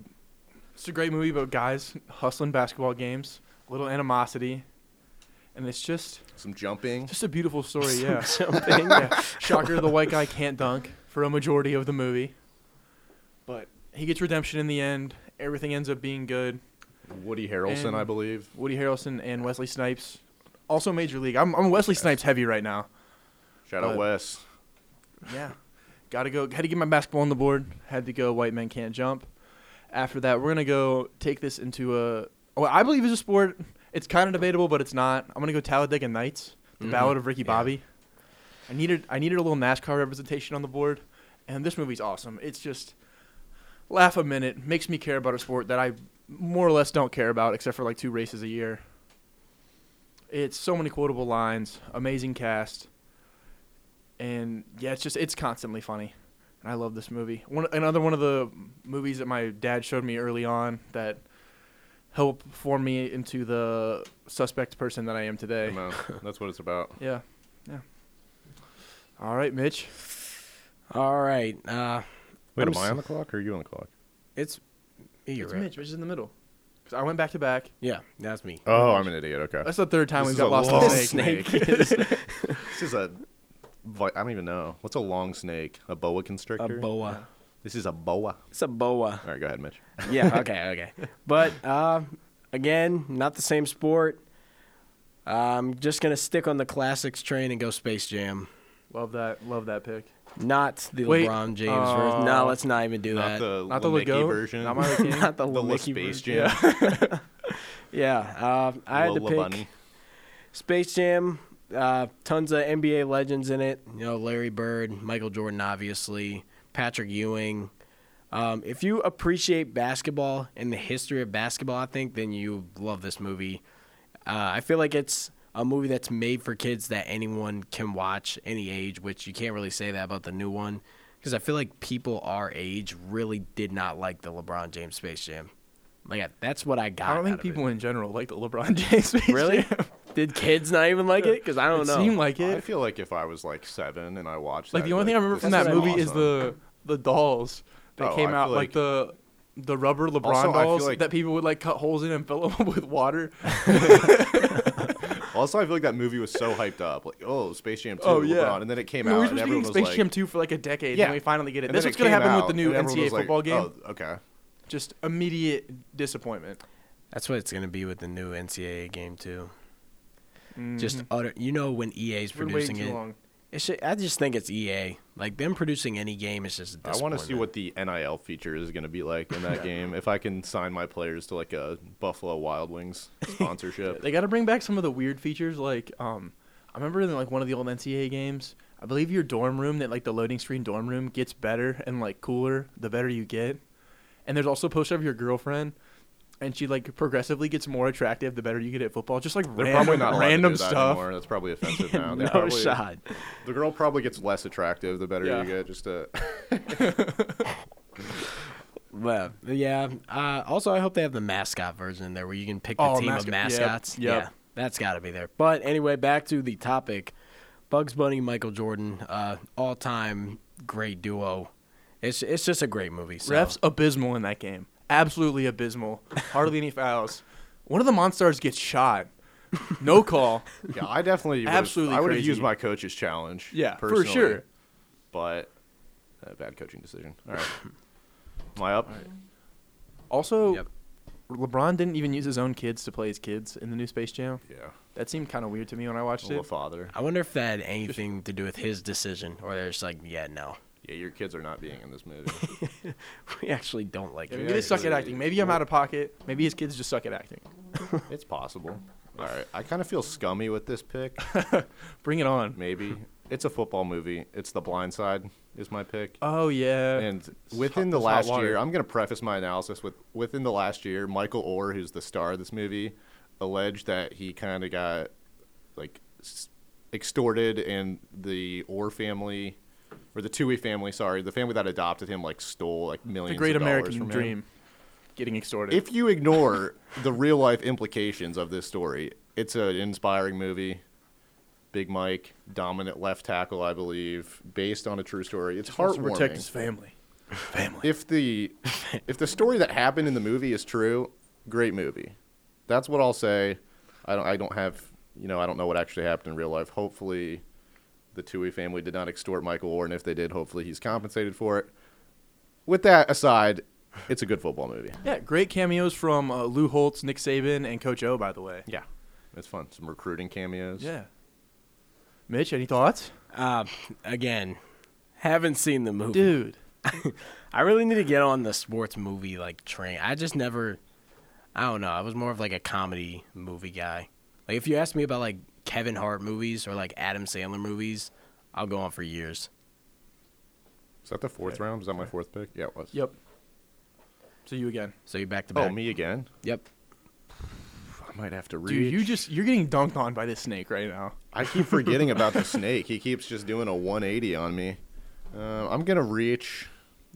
S7: it's a great movie about guys hustling basketball games, little animosity, and it's just
S8: Some jumping.
S7: just a beautiful story. Yeah.
S4: Something.
S7: yeah. Shocker, the white guy can't dunk for a majority of the movie, but he gets redemption in the end. Everything ends up being good.
S8: Woody Harrelson,
S7: And-
S8: I believe.
S7: Woody Harrelson and Wesley Snipes, also Major League. I'm, I'm Wesley Snipes heavy right now.
S8: Shout out
S7: But-
S8: Wes.
S7: Yeah. Gotta go. Had to get my basketball on the board. Had to go. White men can't jump. After that, we're gonna go take this into a. Well, I believe is a sport. It's kind of debatable, but it's not. I'm gonna go Talladega Nights, the Ballad of Ricky Bobby. I needed I needed a little NASCAR representation on the board, and this movie's awesome. It's just laugh a minute, makes me care about a sport that I more or less don't care about, except for like two races a year. It's so many quotable lines, amazing cast and yeah, it's just it's constantly funny, and I love this movie. One another one of the movies that my dad showed me early on that help form me into the suspect person that I am today.
S8: Come on. That's what it's about.
S7: Yeah. Yeah. All right, Mitch.
S4: All right. Uh,
S8: Wait,
S4: I'm
S8: am I
S4: s-
S8: on the clock or are you on the clock?
S4: It's you're
S7: it's
S4: right.
S7: Mitch. Mitch is in the middle. 'Cause I went back to back.
S4: Yeah, that's me.
S8: Oh, I'm an idiot. Okay.
S7: That's the third time
S8: This
S7: we've got
S8: is a
S7: lost in
S8: long
S7: the snake.
S8: This is a. vi- I don't even know. What's a long snake? A boa
S4: a
S8: constrictor?
S4: boa.
S8: This is a boa.
S4: It's a boa.
S8: All right, go ahead, Mitch.
S4: Yeah. Okay. Okay. But uh, again, not the same sport. I'm just gonna stick on the classics train and go Space Jam.
S7: Love that. Love that pick.
S4: Not the
S7: Wait,
S4: LeBron James.
S7: uh,
S4: version. no, let's not even do
S8: Not
S4: that.
S8: the
S7: Not the
S8: Lil Mickey
S7: Lego
S8: version.
S7: Not my King.
S4: Oh. Not the,
S8: the Lil
S4: Licky
S8: Space
S4: version.
S8: Jam.
S4: Yeah. Uh, I had to
S8: Lola
S4: pick
S8: Bunny.
S4: Space Jam. Uh, tons of NBA legends in it. You know, Larry Bird, Michael Jordan, obviously, Patrick Ewing. Um, if you appreciate basketball and the history of basketball, I think then you love this movie. Uh, I feel like it's a movie that's made for kids that anyone can watch any age, which you can't really say that about the new one because I feel like people our age really did not like the LeBron James Space Jam. Like I- that's what I got.
S7: I don't
S4: out
S7: think
S4: of it.
S7: people in general like the LeBron James. Space
S4: Really?
S7: Jam.
S4: Did kids not even like it? Because I don't
S7: It
S4: know.
S7: seemed like
S8: I
S7: it.
S8: feel like if I was like seven and I watched,
S7: Like
S8: that,
S7: the only thing I remember
S8: this
S7: from
S4: That's
S7: that
S4: what I
S7: movie is
S8: awesome.
S7: the the dolls that
S8: Oh,
S7: came
S8: I
S7: out,
S8: feel
S7: like,
S8: like-
S7: the the rubber LeBron
S8: Also, I feel
S7: dolls
S8: like-
S7: that people would like cut holes in and fill them with water.
S8: Also, I feel like that movie was so hyped up, like oh, Space Jam 2,
S7: Oh, yeah.
S8: LeBron. and then it came
S7: we
S8: out,
S7: were supposed
S8: and
S7: to be
S8: everyone
S7: getting
S8: was
S7: Space
S8: like,
S7: Jam 2 for like a decade,
S8: yeah.
S7: and then we finally get it.
S8: And
S7: That's
S8: then
S7: what's
S8: it
S7: gonna
S8: came
S7: happen with
S8: out,
S7: the new
S8: and everyone
S7: NCAA
S8: was like,
S7: football game.
S8: Oh, okay,
S7: Just immediate disappointment.
S4: That's what it's gonna be with the new NCAA game too. Just utter. You know when EA's
S7: We're
S4: producing
S7: Mm. waiting
S4: it.
S7: too long.
S4: It's ju- I just think it's EA. Like them producing any game is just.
S8: I want to see what the NIL feature is going to be like in that game. If I can sign my players to like a Buffalo Wild Wings sponsorship,
S7: They got to bring back some of the weird features. Like, um, I remember in like one of the old NCAA games, I believe your dorm room that like the loading screen dorm room gets better and like cooler the better you get. And there's also a poster of your girlfriend, and she like progressively gets more attractive the better you get at football. Just like
S8: they're
S7: random,
S8: probably not allowed to do
S7: random
S8: that
S7: stuff.
S8: anymore. That's probably offensive now. They
S4: No
S8: probably-
S4: shot.
S8: The girl probably gets less attractive the better
S7: Yeah.
S8: you get. Just to
S4: Well, yeah. Uh, also, I hope they have the mascot version in there where you can pick the
S7: Oh,
S4: team of
S7: mascot- yep,
S4: mascots.
S7: yep.
S4: Yeah, that's got to be there. But anyway, back to the topic: Bugs Bunny, Michael Jordan, uh, all-time great duo. It's it's just a great movie. So.
S7: Refs abysmal in that game. Absolutely abysmal. Hardly any fouls. One of the Monstars gets shot. No call.
S8: yeah, I definitely would've-
S7: Absolutely
S8: I would have
S7: crazy.
S8: used my coach's challenge.
S7: Yeah, for
S8: personally,
S7: sure.
S8: But uh, bad coaching decision. All right, am I up?
S7: Also,
S4: Yep.
S7: LeBron didn't even use his own kids to play his kids in the new Space Jam.
S8: Yeah,
S7: That seemed kind of weird to me when I watched
S8: little
S7: it.
S8: father.
S4: I wonder if that had anything to do with his decision, or they're just like, yeah, no,
S8: Yeah, your kids are not being in this movie.
S4: we actually don't like
S7: Maybe
S4: it.
S7: they suck at acting. Maybe I'm out of pocket. Maybe his kids just suck at acting.
S8: it's possible. All right, I kind of feel scummy with this pick.
S7: Bring it on.
S8: Maybe it's a football movie. It's The Blind Side is my pick.
S7: Oh yeah.
S8: and within the
S7: it's hot
S8: last
S7: water.
S8: year, I'm going to preface my analysis with within the last year, Michael Orr, who's the star of this movie, alleged that he kind of got like s- extorted, and the Orr family, or the Tui family, sorry, the family that adopted him, like stole like millions.
S7: the great
S8: of dollars
S7: American
S8: from him.
S7: dream. Getting extorted.
S8: If you ignore the real life implications of this story, it's an inspiring movie. Big Mike, dominant left tackle, I believe, based on a true story. It's
S7: Wants to
S8: heartwarming
S7: protect his family. Family.
S8: if the if the story that happened in the movie is true, great movie. That's what I'll say. I don't I don't have you know I don't know what actually happened in real life. Hopefully, the Tui family did not extort Michael Orr, and if they did, hopefully he's compensated for it. With that aside, it's a good football movie.
S7: yeah, great cameos from uh, Lou Holtz, Nick Saban, and Coach O. By the way.
S8: Yeah, it's fun. Some recruiting cameos.
S7: Yeah. Mitch, any thoughts?
S4: Uh, again, haven't seen the movie.
S7: Dude.
S4: I really need to get on the sports movie like train. I just never, I don't know. I was more of like a comedy movie guy. Like if you ask me about like Kevin Hart movies or like Adam Sandler movies, I'll go on for years.
S8: Is that the fourth round? Is that my fourth pick? Yeah, it was.
S7: Yep. So you again.
S4: So you back to
S8: Oh,
S4: back.
S8: me again?
S4: Yep.
S8: I might have to read.
S7: Dude, you just you're getting dunked on by this snake right now.
S8: I keep forgetting about the snake. He keeps just doing a 180 on me. Uh, I'm gonna reach.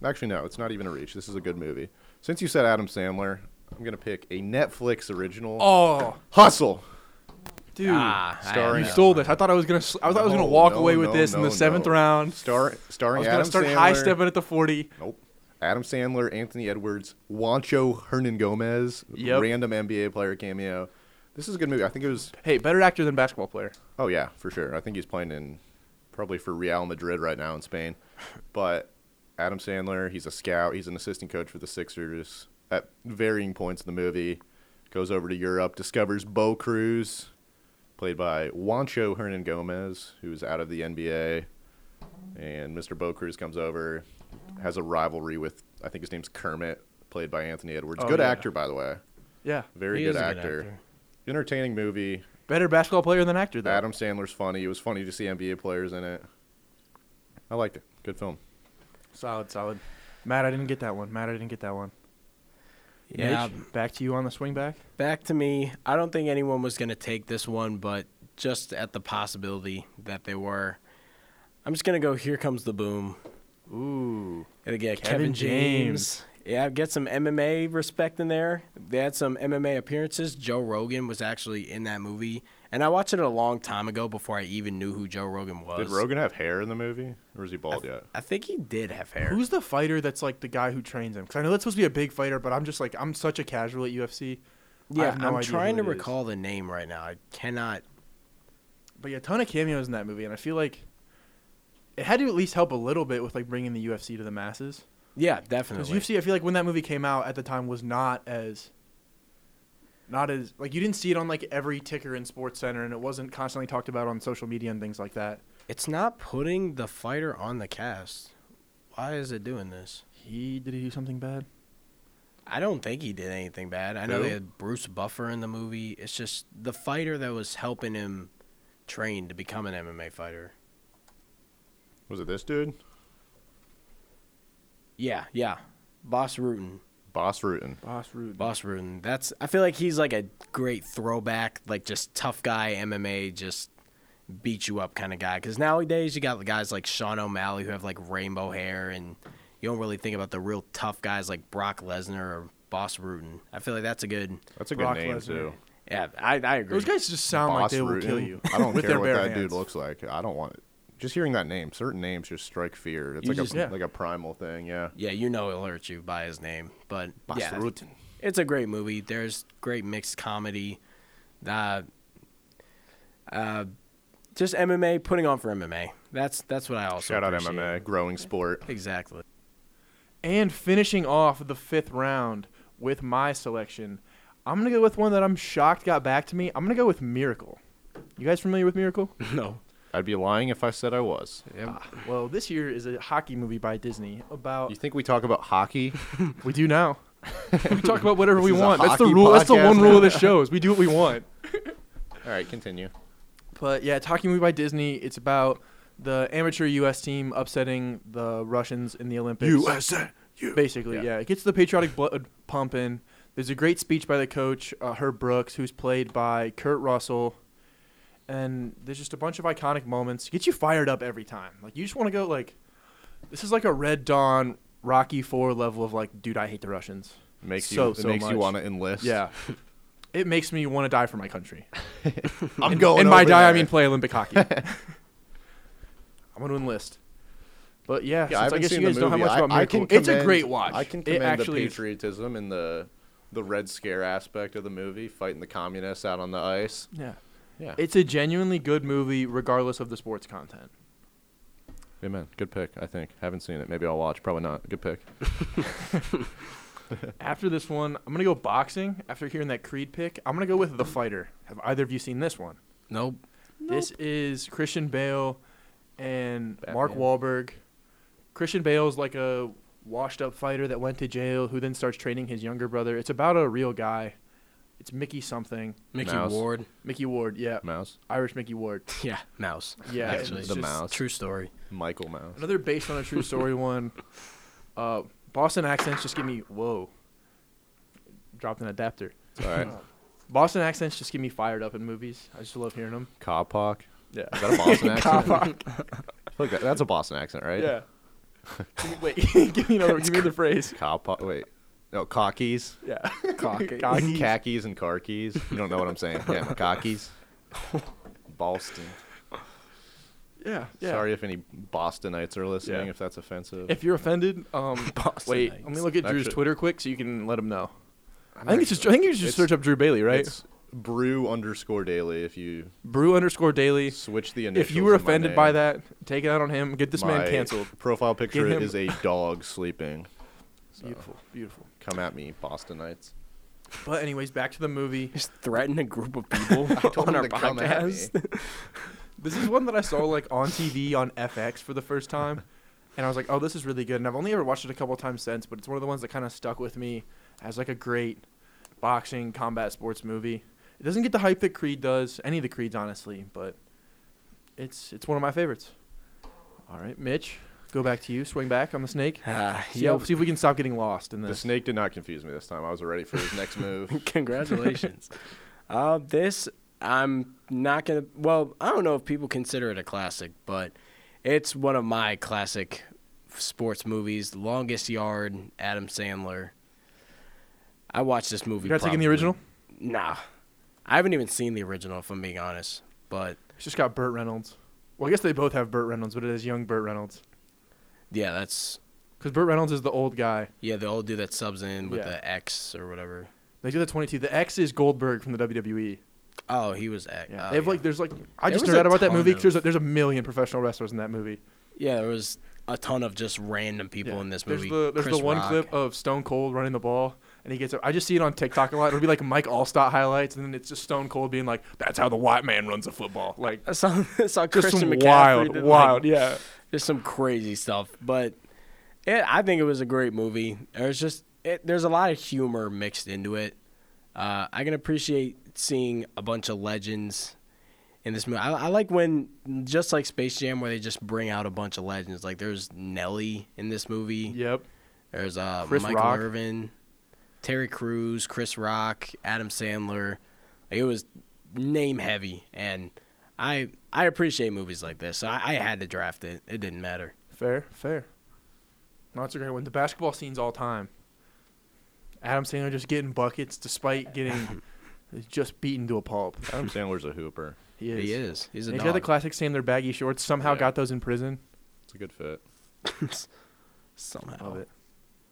S8: Actually, no, it's not even a reach. This is a good movie. Since you said Adam Sandler, I'm gonna pick a Netflix original.
S7: Oh,
S8: Hustle.
S7: dude,
S8: Starring
S7: you stole this. Ah, I thought I was gonna. s- I thought I was gonna
S8: No,
S7: walk
S8: no,
S7: away with
S8: no,
S7: this in
S8: no,
S7: the seventh
S8: no.
S7: round.
S8: Star,
S7: I
S8: starring
S7: was
S8: Adam
S7: gonna start
S8: Sandler.
S7: high stepping at the forty.
S8: Nope. Adam Sandler, Anthony Edwards, Juancho Hernan Gomez,
S7: Yep.
S8: random NBA player cameo. This is a good movie. I think it was.
S7: Hey, better actor than basketball player.
S8: Oh yeah, for sure. I think he's playing in probably for Real Madrid right now in Spain. But Adam Sandler, he's a scout. He's an assistant coach for the Sixers at varying points in the movie. Goes over to Europe, discovers Bo Cruz, played by Juancho Hernan Gomez, who's out of the NBA. And Mr. Bo Cruz comes over, has a rivalry with I think his name's Kermit, played by Anthony Edwards.
S7: Oh,
S8: good
S7: yeah.
S8: actor, by the way.
S7: Yeah,
S8: Very
S4: He
S8: good
S4: is a good
S8: actor.
S4: actor.
S8: Entertaining movie.
S7: better basketball player than actor. Though.
S8: Adam Sandler's funny. It was funny to see NBA players in it. I liked it. Good film.
S7: solid, solid. Matt, I didn't get that one. Matt, I didn't get that one.
S4: Yeah,
S7: Mitch, back to you on the swing back.
S4: back to me. I don't think anyone was going to take this one, but just at the possibility that they were, I'm just going to go Here Comes the Boom.
S7: Ooh,
S4: It'll get
S7: Kevin
S4: Kevin, James. Yeah, get some MMA respect in there. They had some MMA appearances. Joe Rogan was actually in that movie. And I watched it a long time ago before I even knew who Joe Rogan was.
S8: Did Rogan have hair in the movie, or is he bald yet?
S4: I think he did have hair.
S7: who's the fighter that's like the guy who trains him? Because I know that's supposed to be a big fighter, but I'm just like I'm such a casual at UFC. I
S4: yeah,
S7: have no
S4: I'm
S7: idea
S4: trying
S7: who
S4: to
S7: it is.
S4: recall the name right now. I cannot.
S7: But yeah, a ton of cameos in that movie, and I feel like it had to at least help a little bit with like bringing the UFC to the masses.
S4: Yeah,
S7: Because
S4: definitely.
S7: UFC, I feel like when that movie came out at the time was not as, not as like you didn't see it on like every ticker in Sports Center, and it wasn't constantly talked about on social media and things like that.
S4: It's not putting the fighter on the cast. Why is it doing this?
S7: He did he do something bad?
S4: I don't think he did anything bad. I know
S8: Who?
S4: they had Bruce Buffer in the movie. It's just the fighter that was helping him train to become an MMA fighter.
S8: Was it this dude?
S4: Yeah, yeah. Boss Rutan.
S8: Boss Rutan.
S7: Boss Rude.
S4: Boss Rutan. That's I feel like he's like a great throwback, like just tough guy MMA, just beat you up kind of guy. Because nowadays you got guys like Sean O'Malley who have like rainbow hair, and you don't really think about the real tough guys like Brock Lesnar or Boss Rutan. I feel like that's a good.
S8: That's a good
S7: Brock
S8: name
S7: Lesnar.
S8: too.
S4: Yeah, I I agree.
S7: Those guys just sound like
S8: Boss
S7: they will kill
S8: Rutan.
S7: you.
S8: I don't
S7: with
S8: care
S7: their
S8: what
S7: bare
S8: that dude
S7: hands.
S8: looks like. I don't want it. Just hearing that name, certain names just strike fear. It's
S4: You
S8: like
S4: just-
S8: a
S7: yeah.
S8: like a primal thing. Yeah.
S4: Yeah, you know he'll hurt you by his name, but
S8: Boss
S4: yeah,
S8: Rutan.
S4: it's a great movie. There's great mixed comedy. Uh, uh, just MMA, putting on for MMA. That's that's what I also
S8: Shout out
S4: appreciate.
S8: MMA, growing sport.
S4: Exactly.
S7: And finishing off the fifth round with my selection, I'm gonna go with one that I'm shocked got back to me. I'm gonna go with Miracle. You guys familiar with Miracle?
S4: No.
S8: I'd be lying if I said I was.
S7: well, this year is a hockey movie by Disney about.
S8: You think we talk about hockey?
S7: We do now. we talk about whatever we
S8: This is a
S7: want. That's the
S8: hockey
S7: rule. That's the
S8: podcast
S7: one
S8: now.
S7: rule of the show is we do what we want.
S8: All right, continue.
S7: But yeah, it's a hockey movie by Disney. It's about the amateur U.S. team upsetting the Russians in the Olympics. basically. Yeah. it gets the patriotic blood pumping. There's a great speech by the coach, uh, Herb Brooks, who's played by Kurt Russell, and there's just a bunch of iconic moments. Gets you fired up every time. Like you just want to go. Like this is like a Red Dawn, Rocky Four level of like, dude, I hate the Russians.
S8: Makes
S7: So,
S8: you it
S7: so
S8: makes you
S7: much.
S8: want to enlist.
S7: Yeah. It makes me want to die for my country.
S8: I'm going.
S7: and by
S8: over
S7: die, I
S8: there.
S7: mean play Olympic hockey. I'm going to enlist. But yeah, since
S8: Yeah, I
S7: I,
S8: haven't
S7: guess
S8: seen
S7: you guys
S8: the
S7: don't
S8: movie.
S7: have much
S8: I,
S7: about
S8: I
S7: Miracle,
S8: can
S7: it's a
S8: commend-
S7: great watch.
S8: I can
S7: it
S8: commend
S7: actually
S8: the
S7: is.
S8: patriotism and the the Red Scare aspect of the movie, fighting the communists out on the ice.
S7: Yeah.
S8: Yeah.
S7: It's a genuinely good movie regardless of the sports content.
S8: Amen. Good pick. I think. Haven't seen it. Maybe I'll watch. Probably not. Good pick.
S7: After this one, I'm going to go boxing. After hearing that Creed pick, I'm going to go with The Fighter. Have either of you seen this one?
S4: Nope.
S7: This is Christian Bale and Mark
S8: Batman.
S7: Wahlberg. Christian Bale's like a washed up fighter that went to jail who then starts training his younger brother. It's about a real guy. It's Mickey something.
S4: Mickey
S8: Mouse.
S4: Ward.
S7: Mickey Ward, yeah.
S8: Mouse.
S7: Irish Mickey Ward.
S4: Yeah, Mouse.
S7: Yeah,
S4: actually,
S7: it's
S8: the
S7: just-
S8: mouse.
S4: true story.
S8: Michael Mouse.
S7: Another based on a true story one. Uh, Boston accents just give me whoa. Dropped an adapter.
S8: All right.
S7: Boston accents just get me fired up in movies. I just love hearing them.
S8: Cop Hawk.
S7: Yeah.
S8: Is that a Boston accent? Look, that, that's a Boston accent, right?
S7: Yeah. Give me- wait, give me another. Give me the phrase.
S8: Cop Hawk. Wait. No, cockies.
S7: Yeah.
S8: Like Khakis and car keys. You don't know what I'm saying. Yeah, cockies. Boston.
S7: Yeah. Yeah.
S8: Sorry if any Bostonites are listening,
S7: Yeah.
S8: if that's offensive.
S7: If you're offended, um, wait. Let me look at Drew's
S8: Actually-
S7: Twitter quick so you can let him know. I think it's just. I think you should just
S8: It's-
S7: search up Drew Bailey, right?
S8: it's brew underscore daily, if you
S7: Brew underscore Daily.
S8: switch the initials.
S7: If you were
S8: in my
S7: offended
S8: name,
S7: by that, take it out on him. Get this
S8: my
S7: man canceled.
S8: Profile picture
S7: Get him-
S8: is a dog sleeping. So,
S7: Beautiful, beautiful.
S8: Come at me, Bostonites.
S7: But anyways, back to the movie.
S4: Just threaten a group of people
S8: told
S4: on
S8: him to
S4: our
S8: come at me.
S4: podcast.
S7: This is one that I saw like on TV on FX for the first time, and I was like, "Oh, this is really good." And I've only ever watched it a couple times since, but it's one of the ones that kind of stuck with me as like a great boxing combat sports movie. It doesn't get the hype that Creed does, any of the Creeds honestly, but it's it's one of my favorites. All right, Mitch, go back to you. Swing back on the snake.
S4: Ah,
S7: See, how,
S4: yep.
S7: see if we can stop getting lost in
S8: The
S7: this.
S8: snake did not confuse me this time. I was ready for his next move.
S4: Congratulations. uh, this I'm not gonna. Well, I don't know if people consider it a classic, but it's one of my classic sports movies. Longest Yard, Adam Sandler. I watched this movie.
S7: You're not taking the
S4: probably-
S7: original?
S4: Nah, I haven't even seen the original. If I'm being honest, but
S7: It's just got Burt Reynolds. Well, I guess they both have Burt Reynolds, but it is young Burt Reynolds.
S4: yeah, that's
S7: Because Burt Reynolds is the old guy.
S4: yeah the old dude that subs in with
S7: Yeah.
S4: the X or whatever.
S7: They do the 22. The X is Goldberg from the WWE.
S4: Oh, he was X.
S7: Yeah.
S4: oh,
S7: they have like, there's like, I
S4: There
S7: just
S4: was
S7: nerd
S4: a
S7: out about that
S4: ton
S7: movie 'cause there's, a,
S4: of-
S7: there's a million professional wrestlers in that movie.
S4: yeah, there was a ton of just random people
S7: Yeah.
S4: in this
S7: There's
S4: movie.
S7: the, there's
S4: Chris
S7: the one
S4: Rock.
S7: clip of Stone Cold running the ball, and he gets up. I just see it on TikTok a lot. It'll be like Mike Allstott highlights, and then it's just Stone Cold being like, that's how the white man runs a football. Like,
S4: I saw, I saw
S7: just
S4: Christian
S7: some
S4: McCaffrey
S7: wild,
S4: did,
S7: wild,
S4: like,
S7: yeah.
S4: Just some crazy stuff, but it, I think it was a great movie. There's just it, there's a lot of humor mixed into it. Uh, I can appreciate seeing a bunch of legends in this movie. I, I like when just like Space Jam, where they just bring out a bunch of legends. Like there's Nelly in this movie.
S7: Yep.
S4: There's uh,
S7: Chris
S4: Michael
S7: Rock.
S4: Irvin, Terry Crews, Chris Rock, Adam Sandler. It was name heavy, and I I appreciate movies like this. So I, I had to draft it. It didn't matter.
S7: Fair, fair. No, it's a great one. The basketball scenes all time. Adam Sandler just getting buckets despite getting just beaten to a pulp.
S8: Adam Sandler's a hooper.
S7: He is.
S4: He is. He's a
S7: He's
S4: dog.
S7: got the classic Sandler baggy shorts. Somehow
S8: Yeah.
S7: got those in prison.
S8: It's a good fit.
S4: somehow.
S8: Oh.
S7: Love it.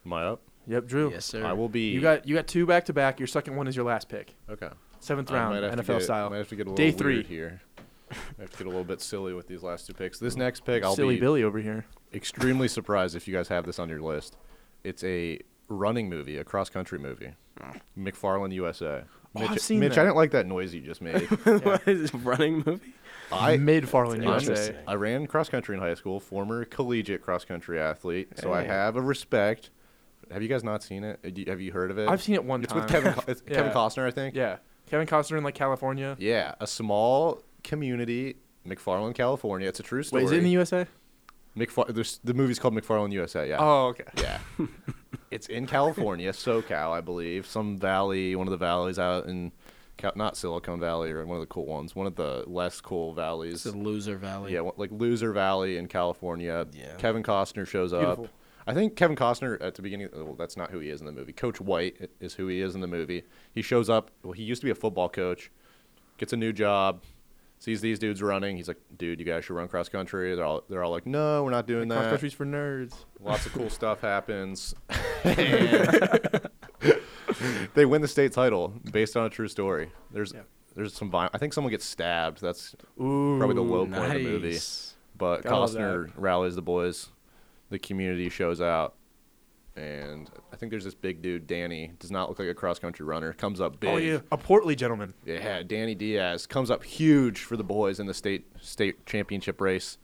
S8: Am I up?
S7: Yep, Drew.
S4: Yes, sir.
S8: I will be.
S7: You got you got two back to back. Your second one is your last pick.
S8: okay.
S7: Seventh
S8: I
S7: round,
S8: might have to
S7: NFL
S8: get-
S7: style.
S8: Might have to get a little
S7: Day
S8: weird
S7: three.
S8: here. I have to get a little bit silly with these last two picks. This next pick, I'll
S7: Mm. Silly
S8: be
S7: Billy over here.
S8: extremely surprised if you guys have this on your list. It's a running movie, a cross country movie. McFarland USA.
S7: Oh,
S8: Mitch,
S7: I've seen
S8: Mitch
S7: that.
S8: I didn't like that noise you just made.
S4: What is this, running movie?
S8: I
S7: Mid Farland
S8: I'm-
S7: USA.
S8: I ran cross country in high school, former collegiate cross country athlete, so I have a respect. Have you guys not seen it? Uh, do you- Have you heard of it?
S7: I've seen it one
S8: it's
S7: time.
S8: With Kevin, Co- it's Kevin
S7: Yeah.
S8: Costner, I think.
S7: Yeah, Kevin Costner in like California.
S8: Yeah, a small community, McFarland, California. It's a true story.
S7: Wait, is it in the USA?
S8: McFar- there's, the movie's called McFarland USA. Yeah.
S7: Oh, okay.
S8: Yeah. it's in California, SoCal, I believe. Some valley, one of the valleys out in, Cal- not Silicon Valley, or one of the cool ones, one of the less cool valleys.
S4: It's the Loser Valley.
S8: Yeah, one- like Loser Valley in California.
S4: Yeah.
S8: Kevin Costner shows
S7: Beautiful.
S8: up. I think Kevin Costner at the beginning. Well, that's not who he is in the movie. Coach White is who he is in the movie. He shows up. Well, he used to be a football coach. Gets a new job. Sees these dudes running. He's like, "Dude, you guys should run cross country." They're all they're all like, "No, we're not doing
S7: Cross
S8: that."
S7: country's for nerds.
S8: Lots of cool stuff happens. And they win the state title based on a true story. There's
S7: Yeah.
S8: there's some violence. I think someone gets stabbed. That's
S7: Ooh,
S8: probably the low point of the movie.
S4: Nice.
S8: But
S7: Gotta love
S8: Costner rallies the boys. The community shows out. And I think there's this big dude, Danny, does not look like a cross country runner, comes up big.
S7: Oh yeah, a portly gentleman.
S8: Yeah, Danny Diaz comes up huge for the boys in the state state championship race,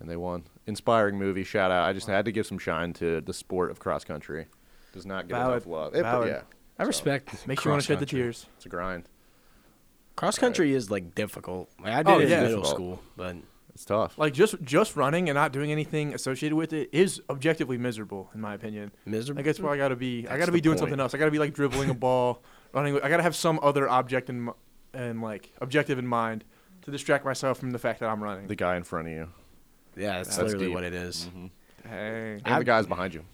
S8: and they won. Inspiring movie, shout out. I just had to give some shine to the sport of cross country. Does not get
S7: Valid,
S8: enough love. It- but
S7: valid.
S8: yeah,
S4: I respect.
S7: Makes you want to shed the
S4: cross-country.
S7: tears.
S8: it's a grind.
S4: Cross country is like difficult. Like, I did
S7: Oh,
S4: it
S7: yeah.
S4: in middle
S8: Difficult.
S4: school, but
S8: It's tough.
S7: Like just just running and not doing anything associated with it is objectively miserable in my opinion.
S4: Miserable?
S7: I guess why I gotta be. I
S8: That's
S7: gotta be
S8: the
S7: doing
S8: point.
S7: something else. I gotta be like dribbling a ball, running. I gotta have some other object in mi- and like objective in mind to distract myself from the fact that I'm running.
S8: the guy in front of you
S4: yeah, that's,
S8: That's
S7: Mm-hmm.
S4: literally
S8: deep.
S4: what it is.
S7: Dang.
S8: and the guys behind you.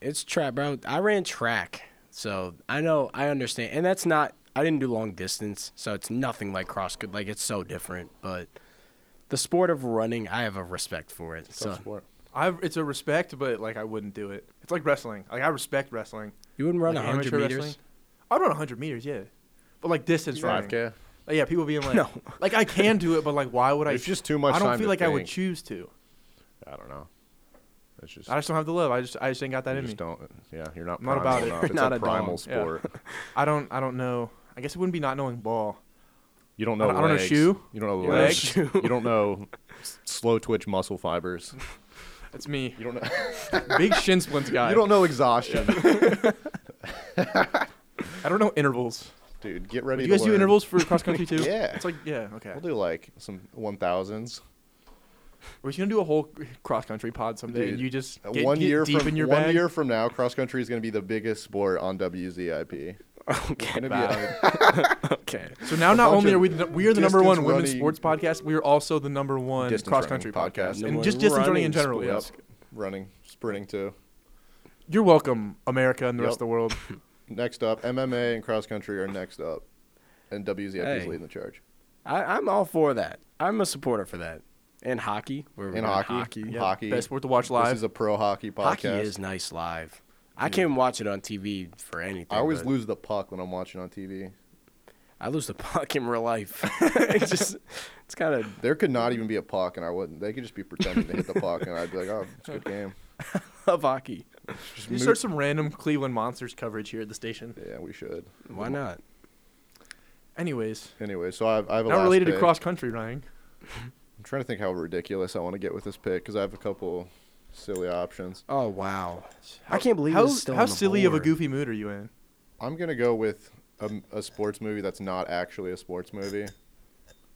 S4: it's track, bro. I ran track, so I know I understand, and that's not. I didn't do long distance, so it's nothing like cross. coun- Like it's so different, but the sport of running, I have a respect for it. So
S8: sport.
S7: I it's a respect, but like I wouldn't do it. It's like wrestling. Like I respect wrestling.
S4: you wouldn't run
S7: Like
S4: hundred
S7: amateur
S4: meters.
S7: wrestling? I'd run 100 meters, yeah, but like distance running.
S8: 5K.
S7: Like, yeah, people being like,
S4: No.
S7: like I can do it, but like why would I?
S8: It's just too much
S7: I don't
S8: time
S7: feel
S8: to
S7: like I would
S8: think.
S7: choose to.
S8: I don't know. It's just
S7: I just don't have the love. I just I just ain't got that
S8: you
S7: in me.
S8: just don't. Yeah, you're not.
S7: I'm not
S8: primal
S7: about it.
S8: enough. It's
S4: Not
S8: a
S4: a
S8: primal
S4: dog.
S7: Yeah.
S8: sport.
S7: I don't I don't know. I guess it wouldn't be not knowing ball.
S8: You don't know.
S7: I don't know
S8: legs.
S7: shoe.
S8: You don't know
S7: Your
S8: legs. You don't know s- slow twitch muscle fibers.
S7: That's me.
S8: You don't know.
S7: Big shin splints guy.
S8: you don't know exhaustion,
S7: I don't know intervals.
S8: dude. Get ready.
S7: Do you
S8: to
S7: guys do
S8: learn.
S7: intervals for cross country too?
S8: Yeah.
S7: It's like yeah, okay.
S8: We'll do like some one thousands.
S7: We're just gonna do a whole cross country pod someday, and
S8: Dude,
S7: you just
S8: Uh,
S7: get,
S8: one
S7: get
S8: year
S7: deep
S8: from
S7: in your
S8: one
S7: bag.
S8: year from now, cross country is going to be the biggest sport on WZIP. Okay,
S4: Okay.
S7: So now, not
S8: bunch
S7: only
S8: of
S7: are we the, we are the number
S8: distance
S7: one women's
S8: running-
S7: sports podcast, we are also the number one
S8: Distance
S7: cross country
S8: running podcast.
S7: podcast,
S8: Number
S7: and
S4: one
S7: just distance running in
S4: running
S7: general.
S8: yep.
S7: yes.
S8: running, sprinting too.
S7: You're welcome, America and the rest
S8: Yep.
S7: of the world.
S8: Next up, MMA and cross country are next up, and WZIP is
S4: Hey.
S8: leading the charge.
S4: I, I'm all for that. I'm a supporter for that. And hockey. We're
S8: In
S4: gonna-
S8: hockey,
S7: Yeah,
S8: hockey,
S7: best sport to watch live.
S8: This is a pro hockey podcast.
S4: Hockey is nice live. I can't watch it on TV for anything.
S8: I always
S4: but
S8: lose the puck when I'm watching on TV.
S4: I lose the puck in real life. it's just, it's kind of
S8: There could not even be a puck, and I wouldn't. They could just be pretending to hit the puck, and I'd be like, "Oh, it's a good game."
S4: love hockey.
S8: Just
S7: you
S8: move-
S7: start some random Cleveland Monsters coverage here at the station.
S8: yeah, we should.
S4: Why not?
S7: Anyways,
S8: Anyway, so I've, I have a
S7: not
S8: last
S7: related to
S8: pick.
S7: cross country, Ryan.
S8: I'm trying to think how ridiculous I want to get with this pick because I have a couple silly options.
S4: Oh wow! I can't believe
S7: how
S4: it's still
S7: how
S4: on the
S7: silly of a
S4: board.
S7: goofy mood are you in?
S8: I'm gonna go with a, a sports movie that's not actually a sports movie,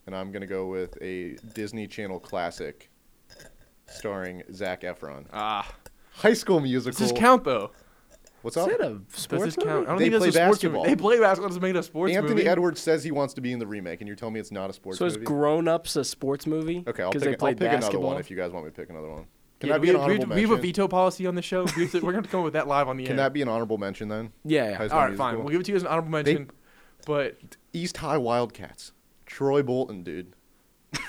S8: and I'm gonna go with a Disney Channel classic starring Zach Efron.
S7: Ah,
S8: High School Musical.
S7: does this count though?
S8: What's
S4: Is
S8: up?
S4: that a
S7: Does this
S4: sports
S7: count? I don't
S8: They
S7: think
S8: play
S7: that's a sports movie.
S8: basketball.
S7: They play basketball. Doesn't make it a sports
S8: Anthony
S7: movie.
S8: Edwards says he wants to be in the remake, and you're telling me it's not a sports
S4: So is
S8: movie.
S4: Grown Ups a sports movie?
S8: okay, I'll pick,
S4: they
S8: I'll
S4: played
S8: pick another
S4: basketball.
S8: one if you guys want me to pick another one. Can
S7: Yeah,
S8: that be
S7: we,
S8: an
S7: we-
S8: honorable
S7: we have a
S8: mention?
S7: veto policy on the show. We have to- we're going to come up with that live on the
S8: Can
S7: air.
S8: that be an honorable mention then?
S4: Yeah, yeah.
S8: High School
S7: All right,
S8: Musical?
S7: fine. We'll give it to you as an honorable
S8: They-
S7: mention. but
S8: East High Wildcats. Troy Bolton, dude.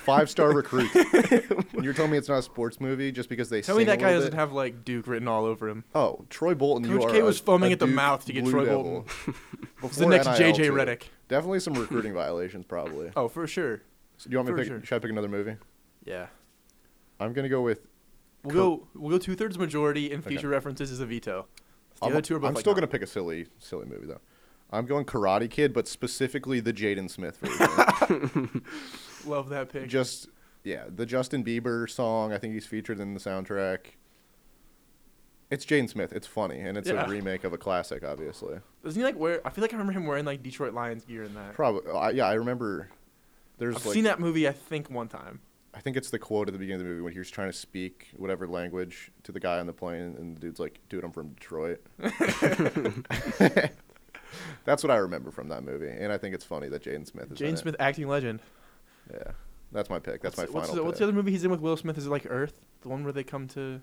S8: Five star recruit. and you're telling me it's not a sports movie just because they
S7: tell me
S8: sing
S7: that
S8: a
S7: guy
S8: little
S7: doesn't
S8: bit?
S7: have like Duke written all over him.
S8: Oh, Troy Bolton, you
S7: Coach
S8: are
S7: K
S8: a-
S7: was foaming
S8: a
S7: at the
S8: Duke
S7: mouth to get
S8: Blue
S7: Troy
S8: Devil.
S7: Bolton. It's the
S8: Before
S7: next
S8: NIL,
S7: JJ
S8: too.
S7: Redick.
S8: Definitely some recruiting violations, probably.
S7: Oh, for sure.
S8: So do you want me to
S7: for
S8: pick?
S7: sure.
S8: Should I pick another movie?
S7: Yeah.
S8: I'm gonna go with.
S7: We'll go. We'll go two thirds majority, and future references is a veto. The
S8: I'm,
S7: other two are both
S8: I'm
S7: like,
S8: still
S7: no.
S8: gonna pick a silly, silly movie though. I'm going Karate Kid, but specifically the Jaden Smith version.
S7: love that pick.
S8: Just yeah, the Justin Bieber song. I think he's featured in the soundtrack. It's Jaden Smith. It's funny, and it's
S7: Yeah.
S8: a remake of a classic, obviously.
S7: Doesn't he like wear? I feel like I remember him wearing like Detroit Lions gear in that.
S8: Probably. I, yeah, I remember. There's
S7: I've
S8: like
S7: seen that movie I think one time.
S8: I think it's the quote at the beginning of the movie when he was trying to speak whatever language to the guy on the plane, and the dude's like, "Dude, I'm from Detroit." That's what I remember from that movie, and I think it's funny that Jaden Smith is. in
S7: Jaden
S8: it.
S7: Smith, acting legend.
S8: Yeah, that's my pick. That's
S7: what's,
S8: my
S7: what's
S8: final.
S7: the,
S8: pick.
S7: what's the other movie he's in with Will Smith? Is it like Earth? The one where they come to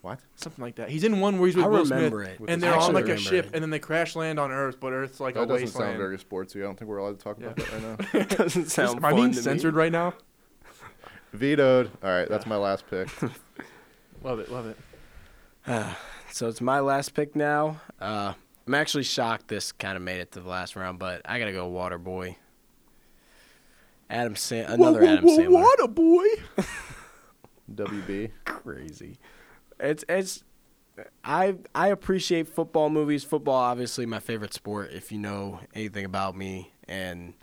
S8: What?
S7: Something like that. He's in one where he's with
S4: I
S7: Will
S4: remember
S7: Smith,
S4: it.
S7: and
S4: I
S7: they're on
S4: actually
S7: like a
S4: remember
S7: ship,
S4: it.
S7: and then they crash land on Earth, but Earth's like
S8: That
S7: a
S8: doesn't
S7: wasteland.
S8: sound very sportsy. I don't think we're allowed to talk about that right now.
S4: Doesn't sound
S7: Am I
S4: fun
S7: being
S4: to
S7: censored
S4: Me.
S7: right now?
S8: Vetoed. All right, that's my last pick.
S7: Love it, love it.
S4: So it's my last pick now. Uh, I'm actually shocked this kind of made it to the last round, but I gotta go Waterboy. Adam Sam, another Adam Sandler.
S7: what a boy!
S8: WB.
S4: crazy. It's it's I I appreciate football movies. Football obviously my favorite sport if you know anything about me and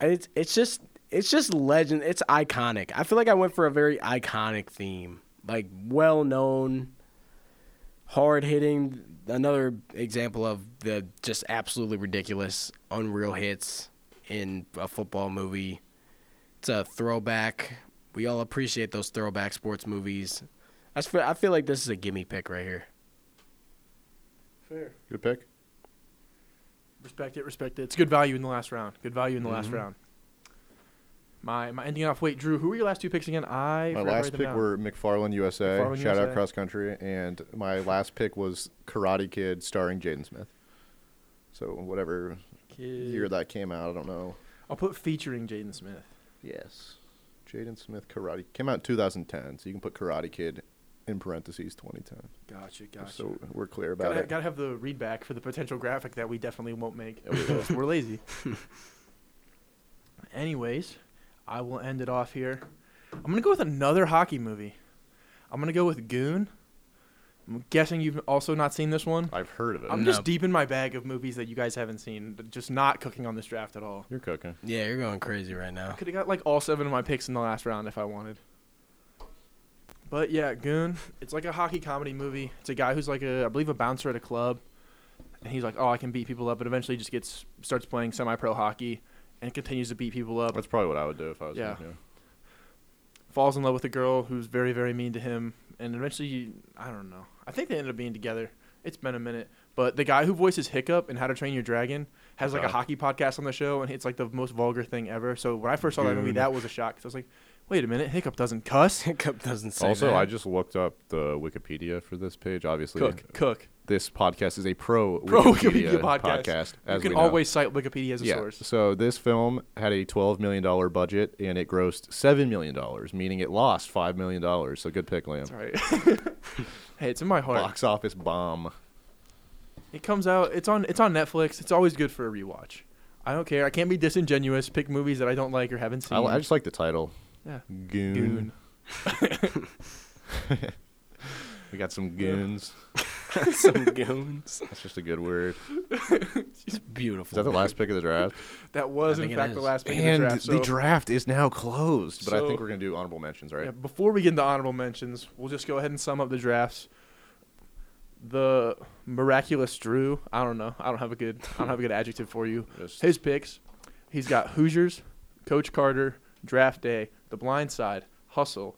S4: it's it's just it's just legend. It's iconic. I feel like I went for a very iconic theme. Like well known, hard hitting another example of the just absolutely ridiculous unreal hits in a football movie it's a throwback. We all appreciate those throwback sports movies. I just feel, I feel like this is a gimme pick right here.
S7: Fair.
S8: Good pick.
S4: Mm-hmm.
S7: Respect it, respect it. It's good value in the last round. Good value in the last round. My my ending off. Wait, Drew, who were your last two picks again? I forgot
S8: My
S7: to write
S8: last
S7: them
S8: pick
S7: down.
S8: were McFarland USA,
S7: McFarlane
S8: shout out
S7: USA.
S8: cross country, and my last pick was Karate Kid starring Jaden Smith. So whatever year that came out, I don't know.
S7: I'll put featuring Jaden Smith.
S8: Yes, Jaden Smith Karate came out in 2010, so you can put Karate Kid in parentheses 2010.
S7: Gotcha, gotcha.
S8: So we're clear about
S7: gotta,
S8: it.
S7: gotta have the read back for the potential graphic that we definitely won't make. because we're lazy. Anyways, I will end it off here. I'm gonna go with another hockey movie. I'm gonna go with Goon. I'm guessing you've also not seen this one.
S8: I've heard of it.
S7: I'm
S4: No.
S7: just deep in my bag of movies that you guys haven't seen. Just not cooking on this draft at all.
S8: You're cooking.
S4: Yeah, you're going crazy right now.
S7: Could have got like all seven of my picks in the last round if I wanted. But yeah, Goon. It's like a hockey comedy movie. It's a guy who's like a, I believe, a bouncer at a club, and he's like, "Oh, I can beat people up," but eventually just gets starts playing semi-pro hockey, and continues to beat people up.
S8: That's probably what I would do if I was
S7: Yeah.
S8: you.
S7: Falls in love with a girl who's very, very mean to him, and eventually, I don't know. I think they ended up being together. It's been a minute, but the guy who voices Hiccup in How to Train Your Dragon has like a
S8: Okay.
S7: hockey podcast on the show, and it's like the most vulgar thing ever. So when I first saw that movie,
S8: Goon.
S7: that was a shock. 'cause I was like, "Wait a minute, Hiccup doesn't cuss."
S4: Hiccup doesn't say
S8: also,
S4: that.
S8: I just looked up the Wikipedia for this page. Obviously,
S7: Cook, cook.
S8: this podcast is a pro,
S7: Pro
S8: Wikipedia,
S7: Wikipedia podcast.
S8: podcast.
S7: You
S8: as
S7: can
S8: we know.
S7: always cite Wikipedia as a
S8: yeah.
S7: source.
S8: So this film had a twelve million dollar budget and it grossed seven million dollars, meaning it lost five million dollars. So good pick, Liam.
S7: That's right. hey, it's in my heart.
S8: Box office bomb.
S7: It comes out. It's on. It's on Netflix. It's always good for a rewatch. I don't care. I can't be disingenuous. Pick movies that I don't like or haven't seen.
S8: I, I just like the title.
S7: Yeah.
S8: Goon.
S7: Goon.
S8: We got some goons.
S4: some goons.
S8: That's just a good word.
S4: It's
S8: Is
S4: beautiful.
S8: that the last pick of the draft?
S7: That was
S4: I
S7: in
S4: think it
S7: fact the
S4: is.
S7: last pick of the
S8: and
S7: draft. So,
S8: draft is now closed. But I
S7: So-
S8: think we're gonna do honorable mentions, right?
S7: yeah, before we get into honorable mentions, we'll just go ahead and sum up the drafts. The miraculous Drew. I don't know. I don't have a good. I don't have a good adjective for you.
S8: Just-
S7: His picks. He's got Hoosiers, Coach Carter, Draft Day, The Blind Side, Hustle,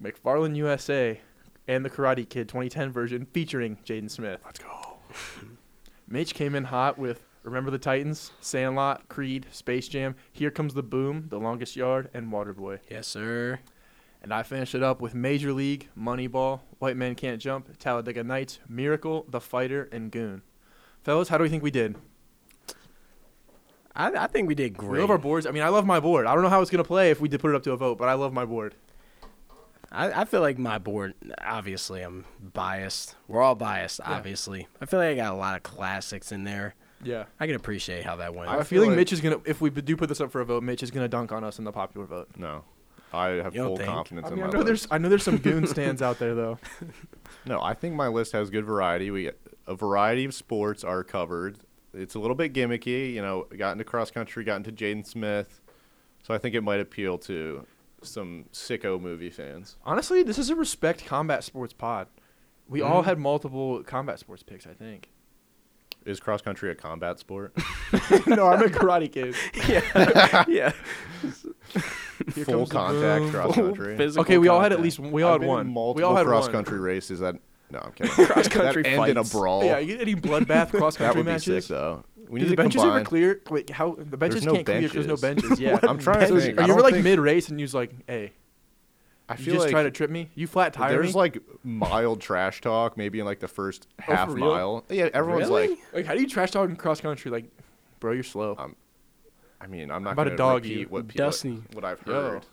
S7: McFarland USA, and The Karate Kid 2010 version featuring Jaden Smith. Let's go. Mitch came in hot with Remember the Titans, Sandlot, Creed, Space Jam, Here Comes the Boom, The Longest Yard, and Waterboy.
S4: Yes, sir.
S7: And I finished it up with Major League, Moneyball, White Men Can't Jump, Talladega Nights, Miracle, The Fighter, and Goon. Fellas, how do we think we did?
S4: I, I think we did
S7: We
S4: great.
S7: love our boards. I mean, I love my board. I don't know how it's gonna play if we did put it up to a vote, but I love my board.
S4: I, I feel like my board, obviously, I'm biased. We're all biased, obviously. I feel like I got a lot of classics in there.
S7: Yeah.
S4: I can appreciate how that went.
S7: I have a
S8: feel
S7: feeling
S8: like-
S7: Mitch is gonna. If we do put this up for a vote, Mitch is gonna dunk on us in the popular vote.
S8: No. I have
S4: You don't
S8: full
S4: think?
S8: confidence
S7: I mean,
S8: in
S7: I
S8: my
S7: know
S8: list.
S7: there's, I know there's some goon stands out there though.
S8: No, I think my list has good variety. We a variety of sports are covered. It's a little bit gimmicky, you know. Got into cross country, got into Jaden Smith, so I think it might appeal to some sicko movie fans.
S7: Honestly, this is a respect combat sports pod. We all had multiple combat sports picks, I think.
S8: Is cross country a combat sport?
S7: no, I'm a karate kid.
S4: yeah.
S7: Here
S8: Full
S7: comes the
S8: contact
S7: boom.
S8: cross country.
S7: Okay, we all had at least we all
S8: I've
S7: had
S8: been in
S7: one.
S8: Multiple
S7: We all had
S8: cross
S7: one.
S8: country races that no, I'm kidding. cross
S4: country
S8: that end in a
S4: fights.
S8: brawl.
S7: Yeah, you get any bloodbath cross
S8: that
S7: country
S8: would be
S7: matches?
S8: sick though. We
S7: Do
S8: need
S7: the
S8: to
S7: benches
S8: combine.
S7: ever clear? Wait, how the benches
S8: no
S7: can't clear because there's no
S8: benches.
S7: benches. Yeah,
S8: I'm trying to
S7: So
S8: think.
S7: Are
S8: I
S7: you ever
S8: don't
S7: like
S8: think-
S7: mid race and you was like, "Hey,
S8: I
S7: you
S8: feel
S7: just
S8: like
S7: trying to trip me? You flat tire
S8: There's
S7: me?"
S8: like mild trash talk, maybe in like the first half
S7: Oh, real?
S8: mile. Yeah, everyone's like,
S7: Like, how do you trash talk in cross country? Like, bro, you're slow.
S8: Um, I mean, I'm not
S7: About a
S8: gonna
S7: dog
S8: repeat
S7: you-
S8: what people
S4: Dusty.
S8: what I've heard.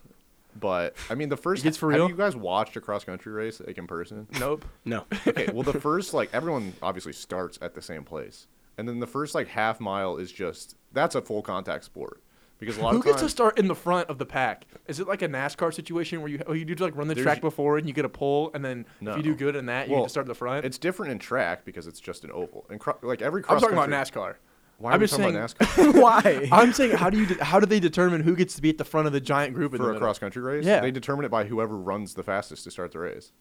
S8: But I mean, the first
S7: gets for
S8: have
S7: real?
S8: you guys watched a cross country race like in person?
S7: nope.
S4: No.
S8: okay, well the first like everyone obviously starts at the same place, and then the first like half mile is just that's a full contact sport because a lot
S7: Who
S8: of
S7: gets to
S8: times
S7: start in the front of the pack? Is it like a NASCAR situation where you oh, you do like run the
S8: There's-
S7: track before and you get a pole, and then
S8: No.
S7: if you do good in that, you
S8: Well,
S7: get to start at the front?
S8: it's different in track because it's just an oval and cro- like every
S7: I'm
S8: cross
S7: talking about
S8: country-
S7: NASCAR.
S8: Why
S7: I'm
S8: are we
S7: just
S8: talking
S7: saying-
S8: about NASCAR?
S4: Why?
S7: I'm saying, how do you de- how do they determine who gets to be at the front of the giant group in the
S8: for a
S7: middle?
S8: cross country race.
S7: Yeah.
S8: They determine it by whoever runs the fastest to start the race.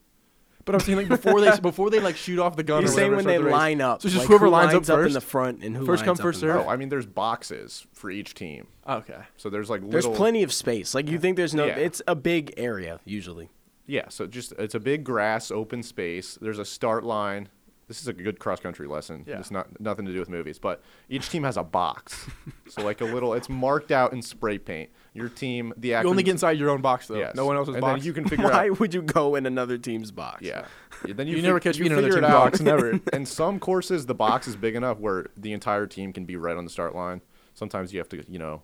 S7: But I'm saying like before they before they like shoot off the gun.
S4: You're
S7: or
S4: saying
S7: whatever,
S4: when
S7: start
S4: they
S7: the race.
S4: line up.
S7: So it's just
S4: like,
S7: whoever
S4: who
S7: lines,
S4: lines
S7: up
S4: up
S7: first.
S4: in the front and who
S7: First come,
S4: lines up
S7: first
S4: in the
S7: serve? Oh,
S8: No, I mean there's boxes for each team.
S7: okay.
S8: So there's like
S4: There's
S8: little
S4: plenty of space. Like you think there's no
S8: Yeah.
S4: it's a big area usually.
S8: Yeah, so just it's a big grass open space. There's a start line. this is a good cross country lesson.
S7: Yeah.
S8: It's not nothing to do with movies, but each team has a box, so like a little. It's marked out in spray paint. Your team, the acronym,
S7: You only get inside your own box though.
S8: Yes.
S7: No one else's
S8: And then
S7: box.
S8: you can figure
S4: Why
S8: out.
S4: would you go in another team's box?
S8: Yeah. Yeah, Then
S7: You
S8: you,
S7: never
S8: fig-
S7: catch me
S8: you
S7: in another
S8: figure it
S7: team's
S8: out.
S7: box, never.
S8: and some courses, the box is big enough where the entire team can be right on the start line. Sometimes you have to, you know,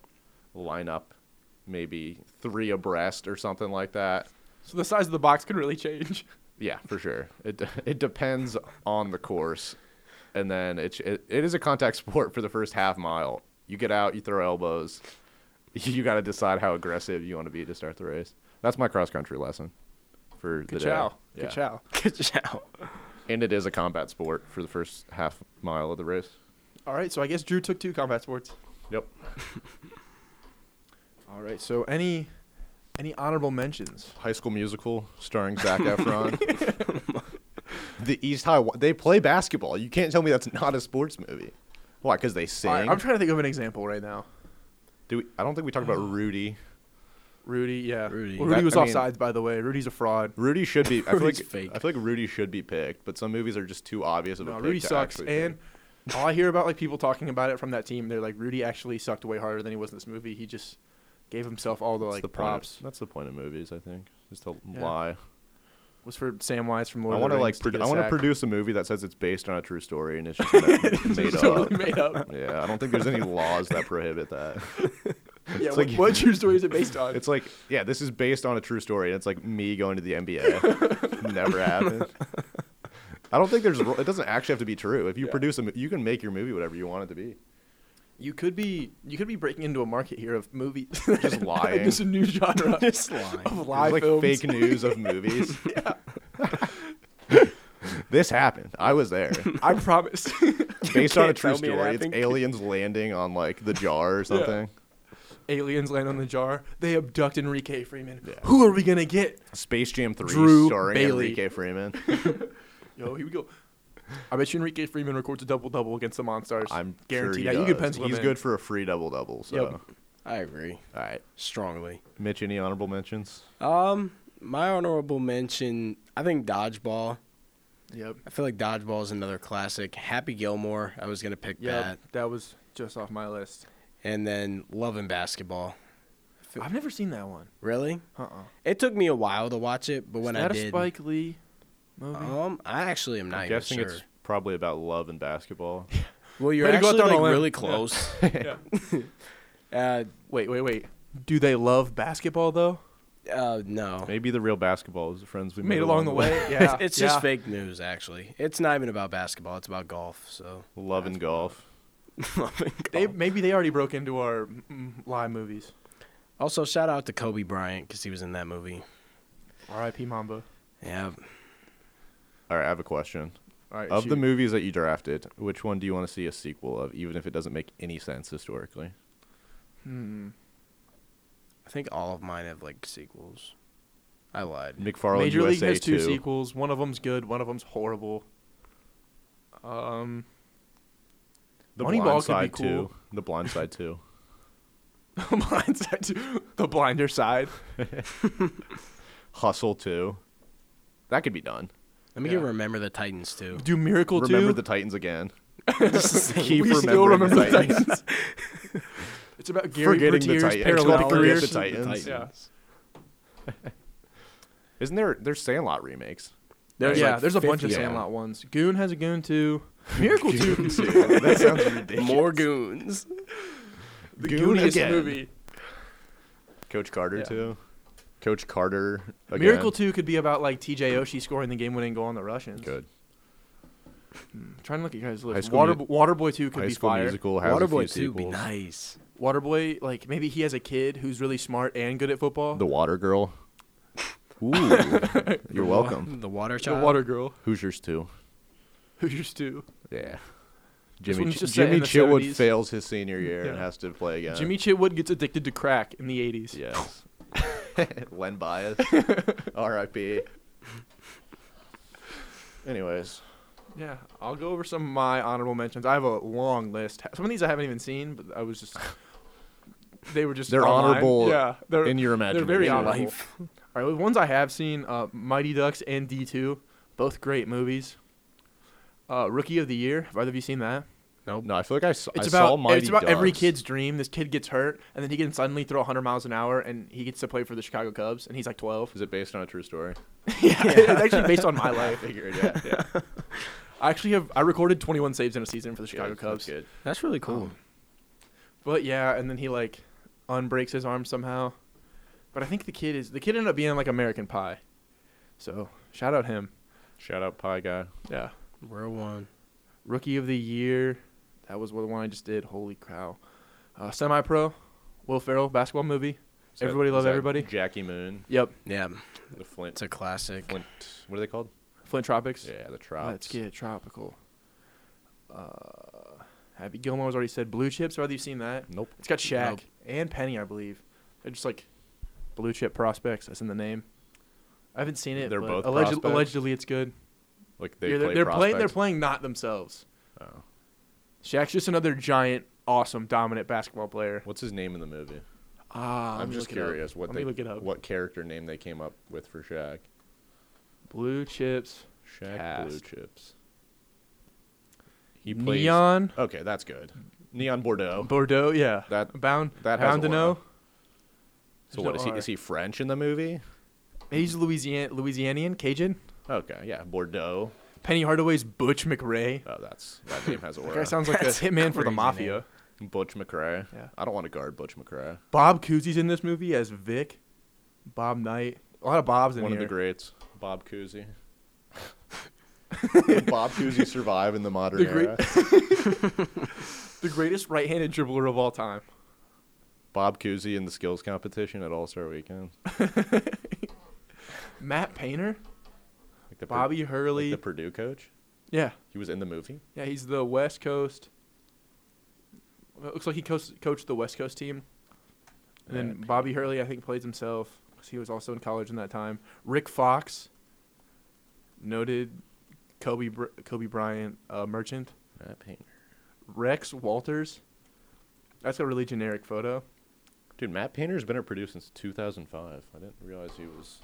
S8: line up maybe three abreast or something like that.
S7: so the size of the box can really change.
S8: Yeah, for sure. It de- it depends on the course, and then it, it it is a contact sport for the first half mile. You get out, you throw elbows. You got to decide how aggressive you want to be to start the race. That's my cross country lesson for the
S7: Good
S8: day.
S7: chow.
S8: Yeah.
S7: Good chow.
S4: Good job.
S8: And it is a combat sport for the first half mile of the race.
S7: All right, so I guess Drew took two combat sports.
S8: Yep.
S7: All right, so any any honorable mentions?
S8: High School Musical starring Zac Efron. the East High. They play basketball. You can't tell me that's not a sports movie. Why? Because they sing.
S7: All right, I'm trying to think of an example right now.
S8: Do we, I don't think we talked about
S7: Mm.
S8: Rudy.
S7: Rudy, yeah.
S4: Rudy.
S7: Well, Rudy
S8: That-
S7: was
S8: I
S7: off
S8: mean-
S7: sides, by the way. Rudy's a fraud.
S8: Rudy should be. I feel
S4: Rudy's
S8: like
S4: fake.
S8: I feel like Rudy should be picked, but some movies are just too obvious of a
S7: No,
S8: pick
S7: Rudy
S8: to
S7: sucks.
S8: actually
S7: And
S8: pick.
S7: all I hear about like people talking about it from that team, they're like Rudy actually sucked way harder than he was in this movie. He just gave himself all the
S8: That's
S7: like
S8: the point of-
S7: props.
S8: that's the point of movies, I think, is to
S7: Yeah.
S8: lie.
S7: Was for Samwise from Lord
S8: I
S7: of
S8: want
S7: the Rings.
S8: to like.
S7: to
S8: Pro-
S7: get
S8: I want to
S7: sack.
S8: produce a movie that says it's based on a true story and it's just made, made up.
S7: Totally made up.
S8: Yeah, I don't think there's any laws that prohibit that.
S7: yeah,
S8: like-
S7: what, what true story is it based on?
S8: It's like, yeah, this is based on a true story, and it's like me going to the NBA. Never happened. I don't think there's. a- It doesn't actually have to be true. If you
S7: Yeah.
S8: produce a, mo- you can make your movie whatever you want it to be.
S7: you could be you could be breaking into a market here of movies.
S8: Just lying.
S7: just a new genre. just
S4: lying.
S7: Of
S8: It's
S7: live
S8: like
S7: films.
S8: fake news of movies. this happened. I was there.
S7: I promise.
S8: Based on a
S4: can't
S8: true
S4: tell me it
S8: story, it's
S4: happened.
S8: aliens landing on like the jar or something.
S7: Aliens land on the jar. They abduct Enrique Freeman. Who are we gonna get?
S8: Space Jam Three,
S7: Drew
S8: starring
S7: Bailey.
S8: Enrique Freeman.
S7: Yo, here we go. I bet you Enrique Freeman records a double double against the Monstars.
S8: I'm
S7: guaranteed. yeah,
S8: Sure he
S7: you could
S8: does.
S7: pencil him
S8: He's
S7: in.
S8: good for a free double double. So,
S7: Yep.
S4: I agree
S8: all right,
S4: strongly.
S8: Mitch, any honorable mentions?
S4: Um, my honorable mention, I think dodgeball.
S7: Yep.
S4: I feel like dodgeball is another classic. Happy Gilmore, I was gonna pick
S7: Yep.
S4: that,
S7: That was just off my list.
S4: and then Love and Basketball.
S7: I've never seen that one.
S4: Really?
S7: Uh uh
S4: It took me a while to watch it, but when
S7: Is that
S4: I did,
S7: a Spike Lee movie?
S4: um, I actually am not
S8: I'm
S4: even
S8: guessing
S4: sure.
S8: it's probably about love and basketball.
S4: Well, you're
S7: Way to go out
S4: actually
S7: there on a
S4: like
S7: limb.
S4: really
S7: Yeah.
S4: close. uh,
S7: wait, wait, wait. Do they love basketball though?
S4: uh, no.
S8: Maybe the real basketball is the friends we
S7: Made, along the way. Yeah.
S4: It's just
S7: yeah.
S4: fake news, actually. It's not even about basketball. It's about golf. So
S8: Love and golf.
S7: They, maybe they already broke into our mm, mm, live movies.
S4: also shout out to Kobe Bryant because he was in that movie.
S7: R.I.P. Mamba.
S4: Yeah,
S8: All right, I have a question.
S7: All right.
S8: of
S7: shoot.
S8: the movies that you drafted, which one do you want to see a sequel of, even if it doesn't make any sense historically?
S4: I think all of mine have like sequels. I lied.
S8: McFarlane
S7: Major League
S8: USA
S7: has two
S8: 2.
S7: sequels. One of them's good. One of them's horrible. Um,
S8: The
S7: Moneyball
S8: Blind
S7: could be
S8: Side 2.
S7: cool.
S8: The Blind Side 2.
S7: blind side too. The blinder side.
S8: Hustle 2. That could be done.
S4: Let me
S7: Yeah.
S4: get remember the Titans too.
S7: Do Miracle
S8: remember
S7: too.
S8: the Titans again.
S7: we
S8: Keep
S7: still
S8: remembering
S7: remember the
S8: the Titans.
S7: Titans. it's about Gary
S8: Forgetting the
S7: Bertier's
S8: Titans.
S7: parallel
S8: Forget the
S7: careers.
S8: Titans.
S7: Yeah.
S8: Isn't there there's Sandlot remakes?
S4: There's
S7: yeah,
S4: like
S7: there's a bunch of
S4: 50 of them.
S7: Sandlot ones. Goon has a Goon too. Miracle too.
S8: that sounds ridiculous.
S4: More goons.
S7: The
S8: Goon
S7: Gooniest
S8: again.
S7: movie.
S8: Coach Carter
S7: Yeah.
S8: 2. Coach Carter again.
S7: Miracle two could be about like T.J. Oshie scoring the game-winning goal on the Russians.
S8: Good.
S7: I'm trying to look at your guys'
S8: High
S7: list.
S8: School
S7: Water
S8: Mu-
S7: Waterboy two could
S8: High
S7: be
S8: School
S7: fire.
S8: Musical has a few
S4: Waterboy two
S8: sequels.
S4: be nice.
S7: Waterboy, like maybe he has a kid who's really smart and good at football.
S8: The Water Girl. Ooh. You're welcome.
S4: The water
S7: The
S4: child.
S7: water girl.
S8: Hoosiers 2.
S7: Who used to?
S8: Yeah.
S7: This
S8: Jimmy,
S7: one's
S8: Ch-
S7: just set in
S8: Jimmy
S7: the
S8: Chitwood
S7: 70s.
S8: fails his senior year and
S7: Yeah.
S8: has to play again.
S7: Jimmy Chitwood gets addicted to crack in the 80s.
S8: Yes. Len Bias. R.I.P. Anyways,
S7: Yeah, I'll go over some of my honorable mentions. I have a long list. Some of these I haven't even seen, but I was just. They were just.
S8: They're
S7: online.
S8: honorable
S7: Yeah, they're,
S8: in your
S7: They're very
S8: imagination.
S7: honorable. All right, well, ones I have seen: uh, Mighty Ducks and D2, both great movies. uh, Rookie of the Year. Have either of you seen that?
S8: No, I feel like I, s- I
S7: It's
S8: saw
S7: about
S8: Mighty
S7: it's about every
S8: Ducks.
S7: kid's dream. This kid gets hurt, and then he can suddenly throw 100 miles an hour, and he gets to play for the Chicago Cubs, and he's like 12.
S8: Is it based on a true story?
S7: yeah, it's actually based on my
S8: I
S7: life.
S8: figured, yeah. yeah.
S7: I actually have I recorded 21 saves in a season for the Chicago
S8: that's
S7: Cubs.
S8: good.
S4: That's really cool.
S7: Um, But yeah, and then he like unbreaks his arm somehow. But I think the kid is the kid ended up being like American Pie. So shout out him.
S8: Shout out Pie Guy.
S7: Yeah,
S4: We're one.
S7: rookie of the year. That was the one I just did. Holy cow! Uh, Semi pro, Will Ferrell basketball movie.
S8: Is that-
S7: Everybody love
S8: is that
S7: everybody.
S8: Jackie Moon,
S7: Yep,
S4: Yeah,
S8: the Flint.
S4: it's a classic.
S8: Flint. What are they called?
S7: Flint Tropics.
S8: Yeah, the Trops.
S7: Let's get tropical. Uh, Happy Gilmore's already said blue chips. Have you seen that?
S8: Nope.
S7: It's got Shaq
S4: Nope.
S7: and Penny, I believe. They're just like blue chip prospects. That's in the name. I haven't seen it.
S8: They're
S7: but
S8: both
S7: alleged-
S8: prospects?
S7: allegedly it's good.
S8: Like they
S7: Yeah,
S8: play
S7: they're, they're playing. They're
S8: prospects.
S7: playing not themselves.
S8: Oh.
S7: Shaq's just another giant, awesome, dominant basketball player.
S8: What's his name in the movie?
S7: Ah, let
S8: I'm
S7: me
S8: just
S7: look it up.
S8: curious what
S7: let
S8: they
S7: me look it up.
S8: what character name they came up with for Shaq.
S7: Blue chips.
S8: Shaq Blue
S7: Cast.
S8: Chips. He plays
S7: Neon
S8: Okay, that's good. Neon Bordeaux.
S7: Bordeaux. Yeah.
S8: That-
S7: bound.
S8: that has
S7: bound
S8: a
S7: to
S8: lot.
S7: know.
S8: So what is he? Is he French in the movie?
S7: He's Louisian Louisianian Cajun.
S8: Okay, yeah, Bordeaux.
S7: Penny Hardaway's Butch McRae.
S8: Oh, that's that name has
S7: That
S8: aura.
S7: guy sounds like a hitman for the mafia.
S8: Butch McRae.
S7: Yeah.
S8: I don't want to guard Butch McRae.
S7: Bob Cousy's in this movie as Vic. Bob Knight. A lot of Bobs in
S8: One
S7: here.
S8: of the greats, Bob Cousy. Bob Cousy survive in the modern
S7: The great-
S8: era?
S7: the greatest right-handed dribbler of all time.
S8: Bob Cousy in the skills competition at All Star Weekend.
S7: Matt Painter.
S8: Like the Pur-
S7: Bobby
S8: like
S7: Hurley.
S8: the Purdue coach.
S7: yeah.
S8: He was in the movie.
S7: Yeah, he's the West Coast. It looks like he coached, coached the West Coast team. And then Bobby Hurley, I think, plays himself because he was also in college in that time. Rick Fox, noted Kobe Br- Kobe Bryant uh, merchant.
S8: Matt Painter.
S7: Rex Walters. That's a really generic photo.
S8: Dude, Matt Painter's been at Purdue since 2005. I didn't realize he was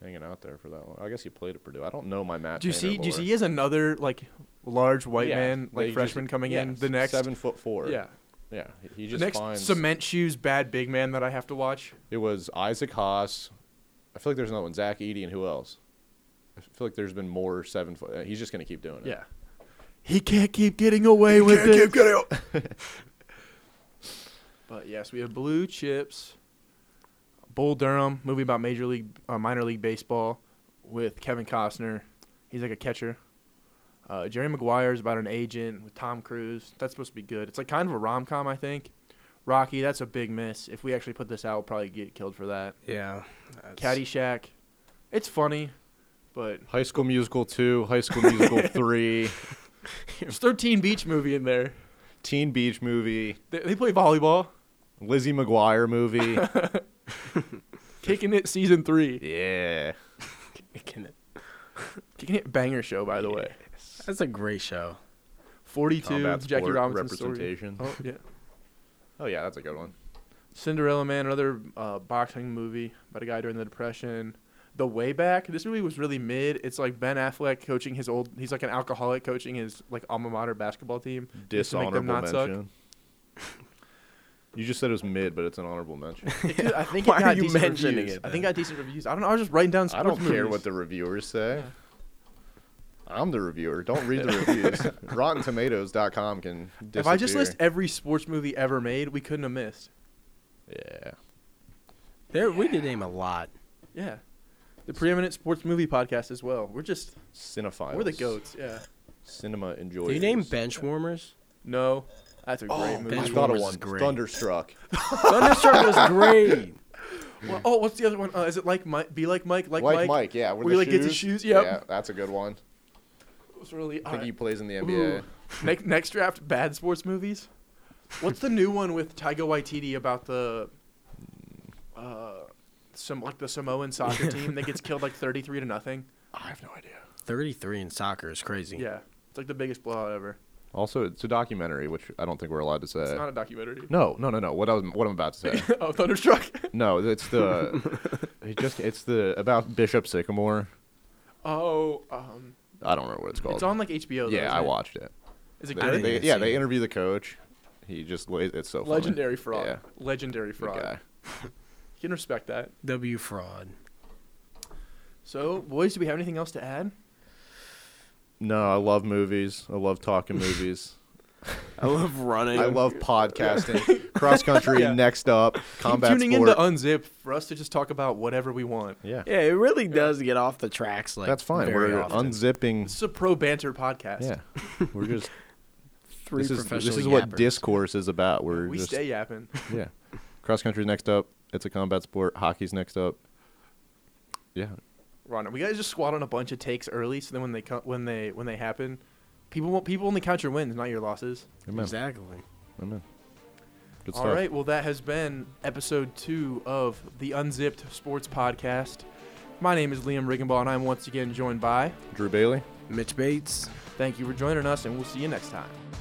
S8: hanging out there for that long. I guess he played at Purdue. I don't know my Matt.
S7: Do you
S8: Painter
S7: see? Do you
S8: lore.
S7: see? He has another like large white
S8: Yeah,
S7: man, like
S8: he
S7: freshman
S8: just-
S7: coming
S8: yeah,
S7: in. The next,
S8: seven foot four.
S7: yeah,
S8: yeah. he- He
S7: the
S8: just
S7: next
S8: finds
S7: cement shoes bad big man that I have to watch.
S8: It was Isaac Haas. I feel like there's another one. Zach Eady and who else? I feel like there's been more seven foot. uh, He's just gonna keep doing it.
S7: Yeah, he can't keep getting away with it. but yes, we have blue chips. Bull Durham movie about major league, uh, minor league baseball, with Kevin Costner. He's like a catcher. Uh, Jerry Maguire is about an agent with Tom Cruise. That's supposed to be good. It's like kind of a rom com, I think. Rocky, that's a big miss. If we actually put this out, we'll probably get killed for that.
S4: Yeah, that's-
S7: Caddyshack, it's funny, but
S8: High School Musical two, High School Musical three,
S7: there's 13 Beach movie in there.
S8: Teen Beach movie,
S7: They, they play volleyball,
S8: Lizzie McGuire movie.
S7: kicking it season three,
S8: yeah.
S7: kicking it banger show by the way.
S4: That's a great show.
S7: 42
S8: Combat
S7: Jackie
S8: sport
S7: Robinson
S8: representation.
S7: story. Oh yeah,
S8: Oh yeah, that's a good one.
S7: Cinderella Man, another uh, boxing movie about a guy during the Depression. The Way Back. This movie was really mid. It's like Ben Affleck coaching his old. He's like an alcoholic coaching his like alma mater basketball team. just to make them
S8: Dishonorable
S7: not suck.
S8: mention. You just said it was mid, but it's an honorable mention.
S7: Dude, I think
S4: Why
S7: it
S4: are
S7: got
S4: you
S7: decent
S4: mentioning
S7: reviews.
S4: it
S7: I think it got decent reviews. I don't know. I was just writing down.
S8: I
S7: Sports
S8: don't care
S7: movies.
S8: what the reviewers say. I'm the reviewer. Don't read the reviews. RottenTomatoes.com can. Disappear.
S7: If I just list every sports movie ever made, we couldn't have missed.
S8: yeah,
S4: There, we did name a lot.
S7: Yeah, the preeminent sports movie podcast as well. We're just
S8: cinephiles.
S7: we're the goats. Yeah.
S8: Cinema enjoyers.
S4: Do you name bench warmers?
S7: No, that's a great movie.
S8: I
S4: Bench
S8: thought of
S4: Warmers
S8: one.
S4: is great.
S8: Thunderstruck.
S4: Thunderstruck was great.
S7: Well, oh, what's the other one? Uh, is it like Mike? Be like Mike? Like,
S8: Like Mike,
S7: Mike?
S8: yeah. with
S7: We
S8: the
S7: like get the shoes. Yep.
S8: Yeah, that's a good one.
S7: It was really.
S8: I think he plays in the NBA.
S7: Ooh. next, next draft, bad sports movies. What's the new one with Taiga Waititi about the, uh, some like the Samoan soccer team that gets killed like thirty-three to nothing?
S8: I have no idea.
S4: Thirty-three in soccer is crazy.
S7: Yeah, it's like the biggest blowout ever.
S8: Also, it's a documentary, which I don't think we're allowed to say.
S7: It's not a documentary.
S8: Uh, no, no, no, no. What I was, what I'm about to say.
S7: oh, Thunderstruck.
S8: no, it's the. It just it's the about Bishop Sycamore.
S7: oh, um,
S8: I don't remember what it's called.
S7: It's on like HBO. Though,
S8: yeah,
S7: isn't
S8: I
S7: it?
S8: watched it.
S7: Is it
S8: They-
S7: good?
S8: they- yeah, they interview the coach. He just lays. It's so funny.
S7: Legendary fraud.
S8: Yeah,
S7: Legendary
S8: good
S7: fraud.
S8: guy.
S7: You can respect that.
S4: W fraud.
S7: So, boys, do we have anything else to add?
S8: No, I love movies. I love talking movies.
S4: I love running.
S8: I love podcasting. Cross country
S7: Yeah.
S8: next up. Combat
S7: Keep tuning
S8: sport.
S7: in to Unzip for us to just talk about whatever we want.
S8: yeah.
S4: Yeah, it really does get off the tracks. Like
S8: that's fine.
S4: very
S8: We're
S4: often.
S8: unzipping.
S7: This is a pro banter podcast.
S8: Yeah, we're just.
S4: Three
S8: this is this
S4: professional
S8: is what
S4: yappers.
S8: discourse is about. We're
S7: We
S8: just
S7: stay yapping.
S8: yeah. Cross country's next up. It's a combat sport. Hockey's next up. Yeah,
S7: Ron, we gotta just squat on a bunch of takes early, so then when they co- when they when they happen, people won't, people only count your wins, not your losses.
S8: amen.
S4: Exactly.
S8: Amen. Good
S7: All
S8: stuff.
S7: right, well that has been episode two of the Unzipped Sports Podcast. My name is Liam Riggenbaugh, and I'm once again joined by.
S8: Drew Bailey.
S4: Mitch Bates.
S7: Thank you for joining us, and we'll see you next time.